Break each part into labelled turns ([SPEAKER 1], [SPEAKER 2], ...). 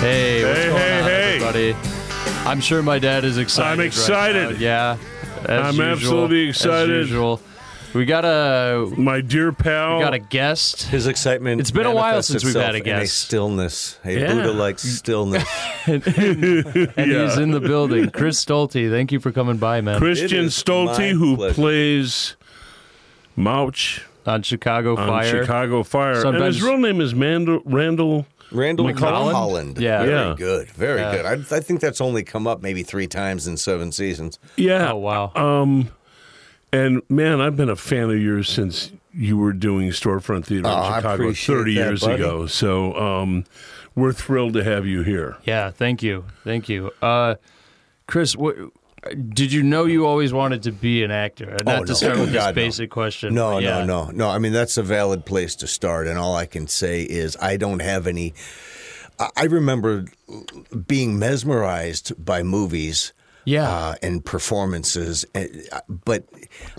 [SPEAKER 1] Hey, what's
[SPEAKER 2] Hey,
[SPEAKER 1] going
[SPEAKER 2] hey,
[SPEAKER 1] on,
[SPEAKER 2] hey.
[SPEAKER 1] everybody? I'm sure my dad is excited.
[SPEAKER 2] I'm
[SPEAKER 1] right
[SPEAKER 2] excited.
[SPEAKER 1] now. yeah, as
[SPEAKER 2] I'm
[SPEAKER 1] usual,
[SPEAKER 2] absolutely excited.
[SPEAKER 1] As usual. We got a
[SPEAKER 2] My dear pal.
[SPEAKER 1] we got a guest.
[SPEAKER 3] His excitement.
[SPEAKER 1] It's been a while
[SPEAKER 3] manifests
[SPEAKER 1] since we've had a
[SPEAKER 3] itself in
[SPEAKER 1] guest. Mm.
[SPEAKER 3] stillness, a
[SPEAKER 2] Yeah.
[SPEAKER 3] Buddha-like stillness.
[SPEAKER 1] And
[SPEAKER 2] yeah.
[SPEAKER 1] he's in the building. Chris Stolte, thank you for coming by, man.
[SPEAKER 2] Christian
[SPEAKER 3] It is my
[SPEAKER 2] Stolte, who
[SPEAKER 3] pleasure.
[SPEAKER 2] plays Mouch
[SPEAKER 1] on Chicago
[SPEAKER 2] on
[SPEAKER 1] Fire.
[SPEAKER 2] Chicago Fire. And
[SPEAKER 1] Sometimes-
[SPEAKER 2] his real name is Mandel, Randall.
[SPEAKER 3] Randall
[SPEAKER 1] McCollum?
[SPEAKER 3] Holland.
[SPEAKER 1] Yeah.
[SPEAKER 3] Very
[SPEAKER 2] Yeah.
[SPEAKER 3] good. Very good. I, I think that's only come up maybe three times in seven seasons.
[SPEAKER 2] Yeah.
[SPEAKER 1] Oh wow.
[SPEAKER 2] Um, and man, I've been a fan of yours since you were doing storefront theater
[SPEAKER 3] Oh,
[SPEAKER 2] in
[SPEAKER 3] I
[SPEAKER 2] Chicago
[SPEAKER 3] appreciate
[SPEAKER 2] 30
[SPEAKER 3] that,
[SPEAKER 2] years
[SPEAKER 3] buddy.
[SPEAKER 2] ago. So um, we're thrilled to have you here.
[SPEAKER 1] yeah, thank you, thank you, uh, Chris. What did you know? You always wanted to be an actor. Not
[SPEAKER 3] Oh,
[SPEAKER 1] to
[SPEAKER 3] no.
[SPEAKER 1] start with this
[SPEAKER 3] God, no.
[SPEAKER 1] basic question.
[SPEAKER 3] No,
[SPEAKER 1] but yeah.
[SPEAKER 3] no, no, no. I mean, that's a valid place to start, and all I can say is I don't have any. I- I remember being mesmerized by movies.
[SPEAKER 1] Yeah.
[SPEAKER 3] Uh, and performances. And- But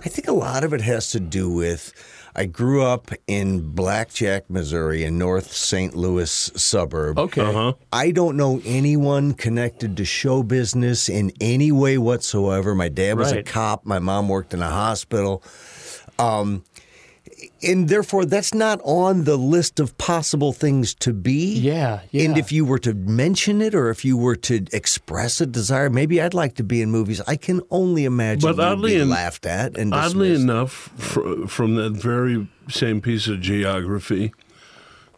[SPEAKER 3] I think a lot of it has to do with I grew up in Blackjack, Missouri, in North St. Louis suburb.
[SPEAKER 1] Okay.
[SPEAKER 2] Uh-huh.
[SPEAKER 3] I don't know anyone connected to show business in any way whatsoever. My dad was a
[SPEAKER 1] Right.
[SPEAKER 3] cop, my mom worked in a hospital. Um, and therefore, that's not on the list of possible things to be.
[SPEAKER 1] Yeah, yeah.
[SPEAKER 3] And if you were to mention it or if you were to express a desire, maybe I'd like to be in movies. I can only imagine
[SPEAKER 2] But
[SPEAKER 3] you'd
[SPEAKER 2] oddly
[SPEAKER 3] be
[SPEAKER 2] en-
[SPEAKER 3] laughed at and
[SPEAKER 2] Oddly
[SPEAKER 3] dismissed.
[SPEAKER 2] enough, fr- from that very same piece of geography,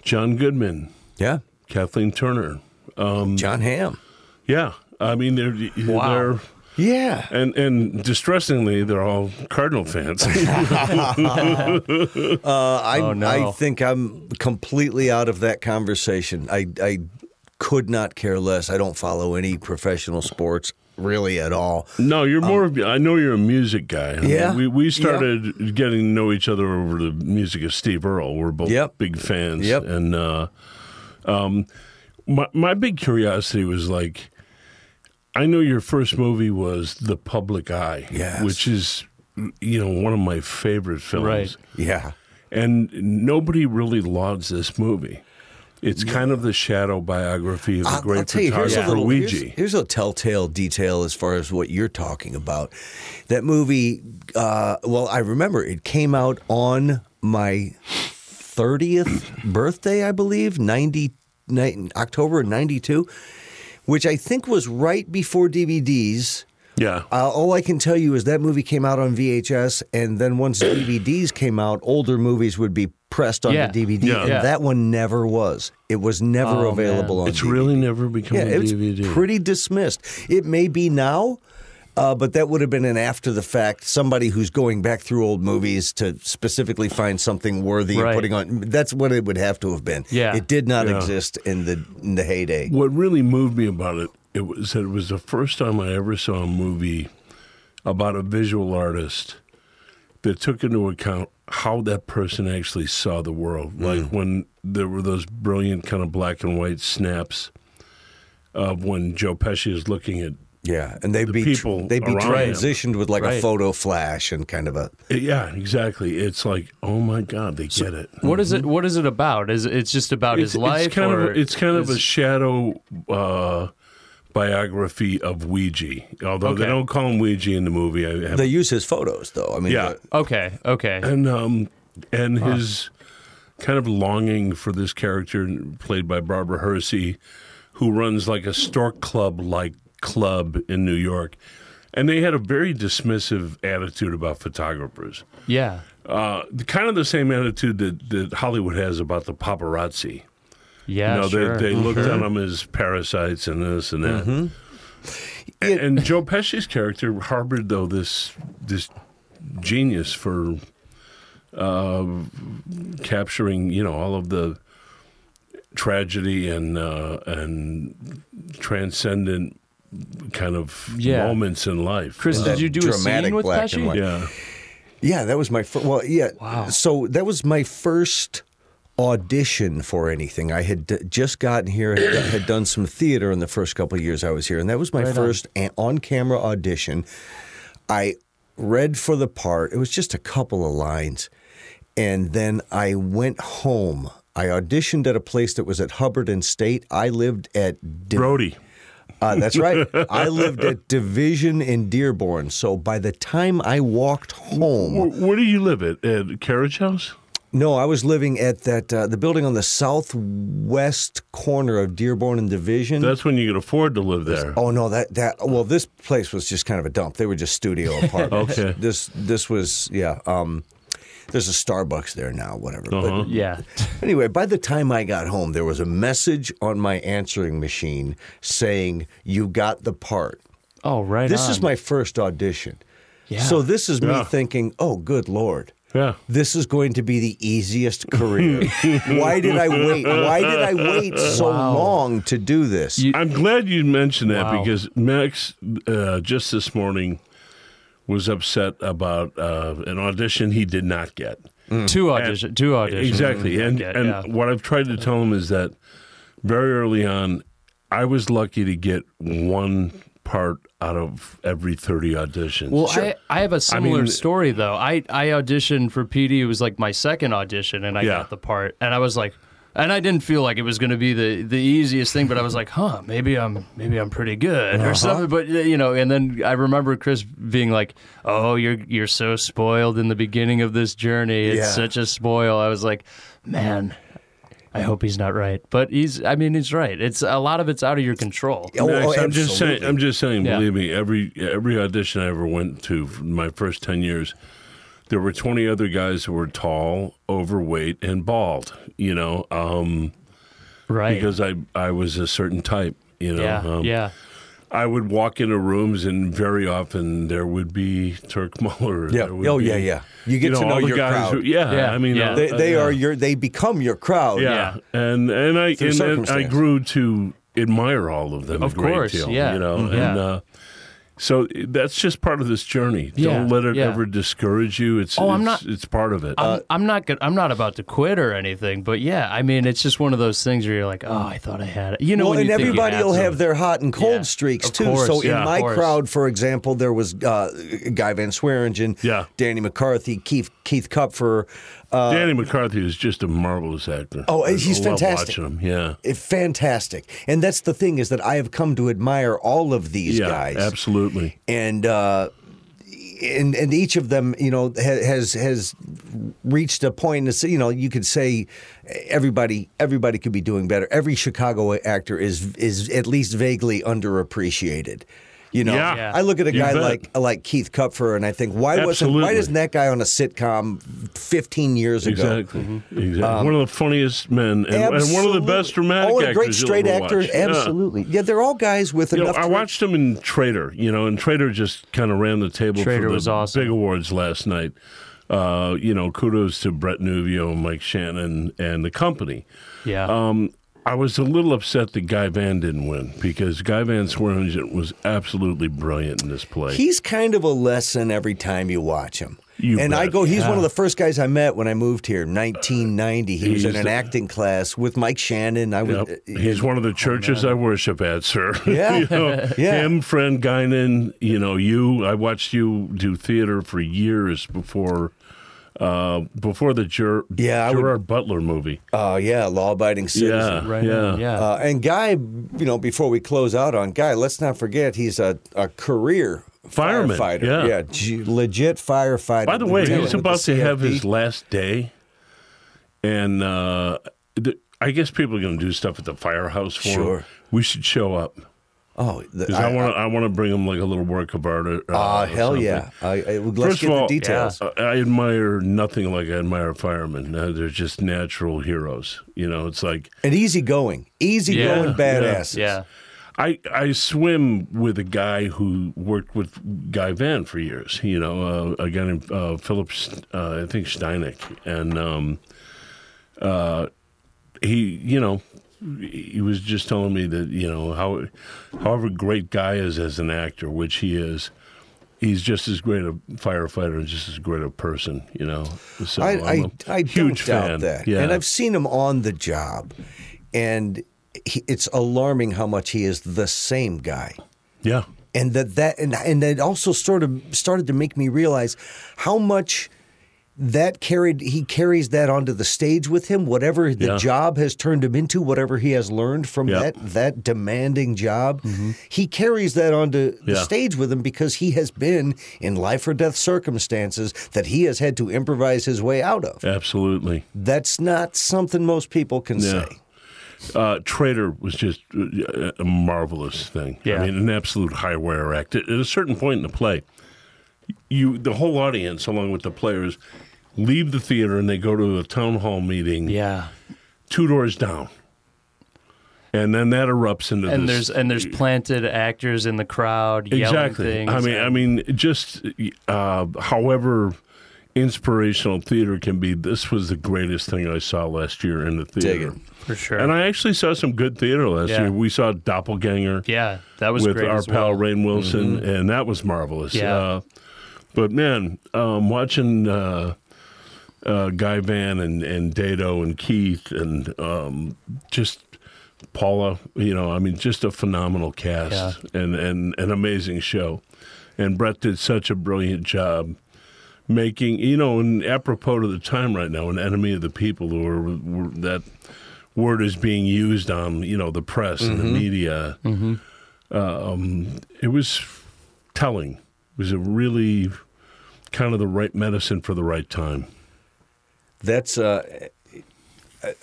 [SPEAKER 2] John Goodman,
[SPEAKER 3] yeah,
[SPEAKER 2] Kathleen Turner.
[SPEAKER 3] John Hamm.
[SPEAKER 2] Yeah. I mean, they're,
[SPEAKER 1] Wow.
[SPEAKER 2] they're
[SPEAKER 3] Yeah.
[SPEAKER 2] and and distressingly, they're all Cardinal fans.
[SPEAKER 3] Uh, I,
[SPEAKER 1] Oh, no.
[SPEAKER 3] I think I'm completely out of that conversation. I, I could not care less. I don't follow any professional sports really at all.
[SPEAKER 2] no, you're more. of I know you're a music guy. I mean,
[SPEAKER 3] Um, Yeah.
[SPEAKER 2] we we
[SPEAKER 3] Yeah.
[SPEAKER 2] started getting to know each other over the music of Steve Earle. We're both
[SPEAKER 3] Yep.
[SPEAKER 2] big fans.
[SPEAKER 3] Yep.
[SPEAKER 2] And uh, um, my my big curiosity was like, I know your first movie was The Public Eye,
[SPEAKER 3] Yes.
[SPEAKER 2] which is you know one of my favorite films.
[SPEAKER 1] Right.
[SPEAKER 3] Yeah.
[SPEAKER 2] And nobody really lauds this movie. It's kind of the shadow biography of the
[SPEAKER 3] I'll,
[SPEAKER 2] great
[SPEAKER 3] I'll tell you, here's
[SPEAKER 2] photographer
[SPEAKER 3] a little here's,
[SPEAKER 2] Luigi.
[SPEAKER 3] here's a telltale detail as far as what you're talking about. That movie, uh, well, I remember it came out on my 30th birthday, I believe, 90, ni- October of 92, which I think was right before DVDs.
[SPEAKER 2] yeah.
[SPEAKER 3] Uh, all I can tell you is that movie came out on VHS, and then once DVDs came out, older movies would be pressed onto
[SPEAKER 1] Yeah.
[SPEAKER 3] DVD,
[SPEAKER 2] Yeah.
[SPEAKER 3] and
[SPEAKER 1] Yeah.
[SPEAKER 3] that one never was. It was never
[SPEAKER 1] Oh,
[SPEAKER 3] available on.
[SPEAKER 2] It's
[SPEAKER 3] DVD.
[SPEAKER 2] really never become
[SPEAKER 3] yeah,
[SPEAKER 2] a
[SPEAKER 3] it's
[SPEAKER 2] DVD.
[SPEAKER 3] pretty dismissed. It may be now. Uh, but that would have been an after the fact. Somebody who's going back through old movies to specifically find something worthy
[SPEAKER 1] Right.
[SPEAKER 3] of putting on. That's what it would have to have been.
[SPEAKER 1] Yeah.
[SPEAKER 3] It did not
[SPEAKER 2] Yeah.
[SPEAKER 3] exist in the in the heyday.
[SPEAKER 2] what really moved me about it, it was that it was the first time I ever saw a movie about a visual artist that took into account how that person actually saw the
[SPEAKER 3] Mm.
[SPEAKER 2] world. Like when there were those brilliant kind of black and white snaps of when Joe Pesci is looking at
[SPEAKER 3] Yeah. And they'd be
[SPEAKER 2] people
[SPEAKER 3] they'd be
[SPEAKER 2] around him.
[SPEAKER 3] transitioned with like
[SPEAKER 1] Right.
[SPEAKER 3] a photo flash and kind of a
[SPEAKER 2] Yeah, exactly. It's like, oh my God, they get it.
[SPEAKER 1] What is it? What is it about? Is it- it's just about
[SPEAKER 2] Mm-hmm. It's,
[SPEAKER 1] his life?
[SPEAKER 2] it's kind
[SPEAKER 1] or
[SPEAKER 2] of it's kind of a
[SPEAKER 1] is-
[SPEAKER 2] shadow uh, biography of Ouija, although they
[SPEAKER 1] Okay.
[SPEAKER 2] don't call him Ouija in the movie. I have,
[SPEAKER 3] They use his photos, though. I mean,
[SPEAKER 2] yeah,
[SPEAKER 1] okay, okay.
[SPEAKER 2] and um, and his kind of longing for this character played by Barbara Hersey, who runs like a stork club like club in New York, and they had a very dismissive attitude about photographers.
[SPEAKER 1] Yeah,
[SPEAKER 2] uh, the- kind of the same attitude that, that Hollywood has about the paparazzi.
[SPEAKER 1] yeah.
[SPEAKER 2] you know,
[SPEAKER 1] sure. Mm-hmm.
[SPEAKER 2] they, they looked at them as parasites and this and that. A-
[SPEAKER 3] It-
[SPEAKER 2] and Joe Pesci's character harbored though this this genius for uh, capturing you know all of the tragedy and uh, and transcendent kind of
[SPEAKER 1] Yeah.
[SPEAKER 2] moments in life.
[SPEAKER 1] Chris,
[SPEAKER 2] Uh,
[SPEAKER 1] did you do a
[SPEAKER 3] dramatic
[SPEAKER 1] scene with
[SPEAKER 3] black
[SPEAKER 1] Pesci?
[SPEAKER 3] and white.
[SPEAKER 2] yeah,
[SPEAKER 3] yeah, that was my first. Well, yeah.
[SPEAKER 1] Wow.
[SPEAKER 3] So that was my first audition for anything. I had d- just gotten here and had done some theater in the first couple of years I was here, and that was my first on camera audition. I read for the part. It was just a couple of lines. And then I went home I auditioned at a place that was at Hubbard and State. I lived at Div-
[SPEAKER 2] Brody.
[SPEAKER 3] uh, that's right. I lived at Division in Dearborn. So by the time I walked home,
[SPEAKER 2] Where, where do you live at? At Carriage House?
[SPEAKER 3] no, I was living at that uh, the building on the southwest corner of Dearborn and Division.
[SPEAKER 2] That's when you could afford to live there.
[SPEAKER 3] Oh no, that that well, this place was just kind of a dump. They were just studio apartments.
[SPEAKER 2] Okay.
[SPEAKER 3] This this was yeah. Um, there's a Starbucks there now, whatever. But
[SPEAKER 1] Yeah.
[SPEAKER 3] Anyway, by the time I got home, there was a message on my answering machine saying, You got the part.
[SPEAKER 1] Oh, right.
[SPEAKER 3] This
[SPEAKER 1] on.
[SPEAKER 3] is my first audition.
[SPEAKER 1] Yeah.
[SPEAKER 3] So this is me
[SPEAKER 2] Yeah.
[SPEAKER 3] thinking, Oh, good Lord.
[SPEAKER 2] Yeah.
[SPEAKER 3] This is going to be the easiest career. Why did I wait? Why did I wait so
[SPEAKER 1] Wow.
[SPEAKER 3] long to do this?
[SPEAKER 1] You-
[SPEAKER 2] I'm glad you mentioned that
[SPEAKER 1] Wow.
[SPEAKER 2] because Max uh, just this morning was upset about uh, an audition he did not get.
[SPEAKER 1] two
[SPEAKER 2] Mm.
[SPEAKER 1] audition, two auditions.
[SPEAKER 2] Exactly, and
[SPEAKER 1] Yeah,
[SPEAKER 2] and
[SPEAKER 1] yeah.
[SPEAKER 2] what I've tried to tell him is that very early on, I was lucky to get one part out of every thirty auditions.
[SPEAKER 1] Well, I, I have a similar
[SPEAKER 2] mean-
[SPEAKER 1] story though. I, I auditioned for PD. It was like my second audition, and I
[SPEAKER 2] Yeah.
[SPEAKER 1] got the part. And I was like, and I didn't feel like it was going to be the, the easiest thing, but I was like, huh, maybe I'm maybe I'm pretty good
[SPEAKER 2] Uh-huh.
[SPEAKER 1] or something. But you know, and then I remember Chris being like, oh, you're you're so spoiled in the beginning of this journey. It's
[SPEAKER 3] Yeah.
[SPEAKER 1] such a spoil. I was like, man. I hope he's not right, but he's—I mean—he's right. It's a lot of it's out of your control.
[SPEAKER 3] Oh,
[SPEAKER 2] Max,
[SPEAKER 3] oh,
[SPEAKER 2] I'm just saying.
[SPEAKER 3] absolutely.
[SPEAKER 2] I'm just saying.
[SPEAKER 1] Yeah.
[SPEAKER 2] Believe me, every every audition I ever went to, for my first ten years, there were twenty other guys who were tall, overweight, and bald. You know, um,
[SPEAKER 1] Right?
[SPEAKER 2] because I I was a certain type. You know,
[SPEAKER 1] yeah,
[SPEAKER 2] um,
[SPEAKER 1] yeah.
[SPEAKER 2] I would walk into rooms, and very often there would be Turk Muller.
[SPEAKER 3] Yeah.
[SPEAKER 2] there would
[SPEAKER 3] Oh,
[SPEAKER 2] be,
[SPEAKER 3] yeah, yeah. You get to
[SPEAKER 2] all
[SPEAKER 3] know
[SPEAKER 2] the
[SPEAKER 3] your
[SPEAKER 2] guys
[SPEAKER 3] crowd.
[SPEAKER 2] who- yeah,
[SPEAKER 1] Yeah,
[SPEAKER 2] I mean,
[SPEAKER 1] yeah.
[SPEAKER 2] uh,
[SPEAKER 3] They, they
[SPEAKER 2] uh,
[SPEAKER 3] are your. They become your crowd.
[SPEAKER 2] Yeah, and and I
[SPEAKER 3] Through
[SPEAKER 2] and, and I
[SPEAKER 3] circumstance.
[SPEAKER 2] grew to admire all of them.
[SPEAKER 1] Of
[SPEAKER 2] a great
[SPEAKER 1] course,
[SPEAKER 2] deal,
[SPEAKER 1] yeah,
[SPEAKER 2] You know,
[SPEAKER 1] mhm.
[SPEAKER 2] and
[SPEAKER 1] yeah.
[SPEAKER 2] uh, so that's just part of this journey.
[SPEAKER 1] Yeah,
[SPEAKER 2] Don't let it
[SPEAKER 1] yeah.
[SPEAKER 2] ever discourage you. It's
[SPEAKER 1] Oh,
[SPEAKER 2] it's,
[SPEAKER 1] I'm not-
[SPEAKER 2] it's part of it.
[SPEAKER 1] I'm,
[SPEAKER 3] Uh,
[SPEAKER 1] I'm not good. I'm not about to quit or anything, but yeah, I mean, it's just one of those things where you're like, oh, I thought I had it. You know,
[SPEAKER 3] Well,
[SPEAKER 1] when
[SPEAKER 3] and
[SPEAKER 1] you think you
[SPEAKER 3] everybody
[SPEAKER 1] had
[SPEAKER 3] will have
[SPEAKER 1] something.
[SPEAKER 3] their hot and cold
[SPEAKER 1] Yeah.
[SPEAKER 3] streaks
[SPEAKER 1] Of
[SPEAKER 3] too.
[SPEAKER 1] course,
[SPEAKER 3] so
[SPEAKER 1] yeah,
[SPEAKER 3] in
[SPEAKER 1] of
[SPEAKER 3] my
[SPEAKER 1] course.
[SPEAKER 3] crowd, for example, there was uh, Guy Van Swearingen,
[SPEAKER 2] Yeah.
[SPEAKER 3] Danny McCarthy, Keith Keith Kupfer, uh,
[SPEAKER 2] Danny McCarthy is just a marvelous actor.
[SPEAKER 3] Oh,
[SPEAKER 2] I
[SPEAKER 3] he's
[SPEAKER 2] love
[SPEAKER 3] fantastic.
[SPEAKER 2] Watching him, yeah,
[SPEAKER 3] eh, fantastic. And that's the thing is that I have come to admire all of these
[SPEAKER 2] yeah,
[SPEAKER 3] guys,
[SPEAKER 2] absolutely.
[SPEAKER 3] and. Uh, and, and each of them, you know, ha- has has reached a point. That's, you know, you could say everybody everybody could be doing better. Every Chicago actor is is at least vaguely underappreciated. You know,
[SPEAKER 2] Yeah. Yeah.
[SPEAKER 3] I look at a
[SPEAKER 2] You
[SPEAKER 3] guy
[SPEAKER 2] bet.
[SPEAKER 3] like like Keith Kupfer, and I think why wasn't why
[SPEAKER 2] Absolutely.
[SPEAKER 3] isn't that guy on a sitcom fifteen years ago?
[SPEAKER 2] Exactly. exactly. one of the funniest men and, and one of the
[SPEAKER 3] Mm-hmm. Um, Absolutely.
[SPEAKER 2] best dramatic
[SPEAKER 3] Oh, and a
[SPEAKER 2] actors.
[SPEAKER 3] great
[SPEAKER 2] you'll
[SPEAKER 3] straight
[SPEAKER 2] ever
[SPEAKER 3] actor.
[SPEAKER 2] watch. Yeah.
[SPEAKER 3] Absolutely. Yeah. they're all guys with
[SPEAKER 2] You know,
[SPEAKER 3] enough.
[SPEAKER 2] I
[SPEAKER 3] tra-
[SPEAKER 2] watched him in Trader, you know, and Trader just kind of ran the table
[SPEAKER 1] Trader
[SPEAKER 2] for the
[SPEAKER 1] was awesome.
[SPEAKER 2] big awards last night. Uh, you know, kudos to Brett Nuvio and Mike Shannon and the company.
[SPEAKER 1] Yeah.
[SPEAKER 2] Um, I was a little upset that Guy Van didn't win because Guy Van Swearingen was absolutely brilliant in this play.
[SPEAKER 3] He's kind of a lesson every time you watch him.
[SPEAKER 2] You
[SPEAKER 3] and I
[SPEAKER 2] bet.
[SPEAKER 3] go, he's one of the first guys I met when I moved here, 1990. He was
[SPEAKER 2] He's
[SPEAKER 3] in an
[SPEAKER 2] the-
[SPEAKER 3] acting class with Mike Shannon. I was,
[SPEAKER 2] Yep. He's one of the churches I worship at, sir.
[SPEAKER 3] Oh, Yeah.
[SPEAKER 2] You know,
[SPEAKER 3] Yeah.
[SPEAKER 2] Him, Fran Guinan, you know, you. I watched you do theater for years before uh, before the Ger-
[SPEAKER 3] Yeah, I would-
[SPEAKER 2] Gerard Butler movie.
[SPEAKER 3] uh, yeah, law-abiding citizen.
[SPEAKER 2] Yeah,
[SPEAKER 1] right.
[SPEAKER 2] yeah.
[SPEAKER 1] Yeah. Yeah.
[SPEAKER 3] Uh, and Guy, you know, before we close out on Guy, let's not forget he's a, a career
[SPEAKER 2] Fireman,
[SPEAKER 3] firefighter.
[SPEAKER 2] yeah.
[SPEAKER 3] g- legit firefighter.
[SPEAKER 2] By the way,
[SPEAKER 3] Dealing
[SPEAKER 2] he's
[SPEAKER 3] with
[SPEAKER 2] about
[SPEAKER 3] the
[SPEAKER 2] to have
[SPEAKER 3] CFD.
[SPEAKER 2] his last day, and uh, th- I guess people are going to do stuff at the firehouse for him.
[SPEAKER 3] Sure.
[SPEAKER 2] We should show up
[SPEAKER 3] Oh, the,
[SPEAKER 2] because I want to. I want to bring him like a little work of art. or- Uh,
[SPEAKER 3] Ah,
[SPEAKER 2] or
[SPEAKER 3] hell
[SPEAKER 2] something.
[SPEAKER 3] yeah! I, I, let's
[SPEAKER 2] First
[SPEAKER 3] get
[SPEAKER 2] of all,
[SPEAKER 3] the details.
[SPEAKER 2] I- I admire nothing like I admire firemen. Uh, they're just natural heroes. You know, it's like
[SPEAKER 3] And easygoing, easygoing
[SPEAKER 1] Yeah.
[SPEAKER 3] badasses.
[SPEAKER 1] yeah.
[SPEAKER 2] I I swim with a guy who worked with Guy Van for years. You know, uh, a guy named uh, Philip, S- uh, I think Steinek, and um, uh, he, you know, he was just telling me that you know how, however great Guy is as an actor, which he is. He's just as great a firefighter and just as great a person, you know. So
[SPEAKER 3] I,
[SPEAKER 2] I'm
[SPEAKER 3] I,
[SPEAKER 2] a
[SPEAKER 3] I
[SPEAKER 2] huge
[SPEAKER 3] don't
[SPEAKER 2] fan.
[SPEAKER 3] doubt that.
[SPEAKER 2] Yeah.
[SPEAKER 3] And I've seen him on the job, and he, it's alarming how much he is the same guy.
[SPEAKER 2] yeah.
[SPEAKER 3] And that that and and it also sort of started to make me realize how much that carried he carries that onto the stage with him whatever the
[SPEAKER 2] Yeah.
[SPEAKER 3] job has turned him into whatever he has learned from
[SPEAKER 2] Yeah.
[SPEAKER 3] that that demanding job he carries that onto the
[SPEAKER 2] Mm-hmm. Yeah.
[SPEAKER 3] stage with him because he has been in life or death circumstances that he has had to improvise his way out of
[SPEAKER 2] Absolutely.
[SPEAKER 3] that's not something most people can
[SPEAKER 2] Yeah.
[SPEAKER 3] say
[SPEAKER 2] Uh, Trader was just uh, a marvelous thing.
[SPEAKER 1] Yeah.
[SPEAKER 2] I mean, an absolute high wire act. At, at a certain point in the play, you the whole audience, along with the players, leave the theater and they go to a town hall meeting
[SPEAKER 1] Yeah.
[SPEAKER 2] two doors down. And then that erupts into
[SPEAKER 1] And
[SPEAKER 2] this.
[SPEAKER 1] there's and there's planted actors in the crowd yelling
[SPEAKER 2] exactly.
[SPEAKER 1] things.
[SPEAKER 2] I mean, I mean, just uh, however inspirational theater can be, this was the greatest thing I saw last year in the
[SPEAKER 3] Dig
[SPEAKER 2] theater.
[SPEAKER 3] it.
[SPEAKER 1] for sure.
[SPEAKER 2] And I actually saw some good theater last
[SPEAKER 1] Yeah.
[SPEAKER 2] year. We saw Doppelganger.
[SPEAKER 1] yeah, that was
[SPEAKER 2] with
[SPEAKER 1] great.
[SPEAKER 2] our
[SPEAKER 1] as
[SPEAKER 2] pal
[SPEAKER 1] well. Mm-hmm.
[SPEAKER 2] Rain Wilson, and that was marvelous.
[SPEAKER 1] Yeah.
[SPEAKER 2] Uh, but man, um, watching uh, uh, Guy Van and, and Dado and Keith and um, just Paula, you know, I mean, just a phenomenal cast and, and an amazing show. And Brett did such a brilliant job making, you know, and apropos to the time right now, an enemy of the people who are, were, that word is being used on, you know, the press and the media Um, it was telling. It was a really kind of the right medicine for the right time.
[SPEAKER 3] that's uh, I-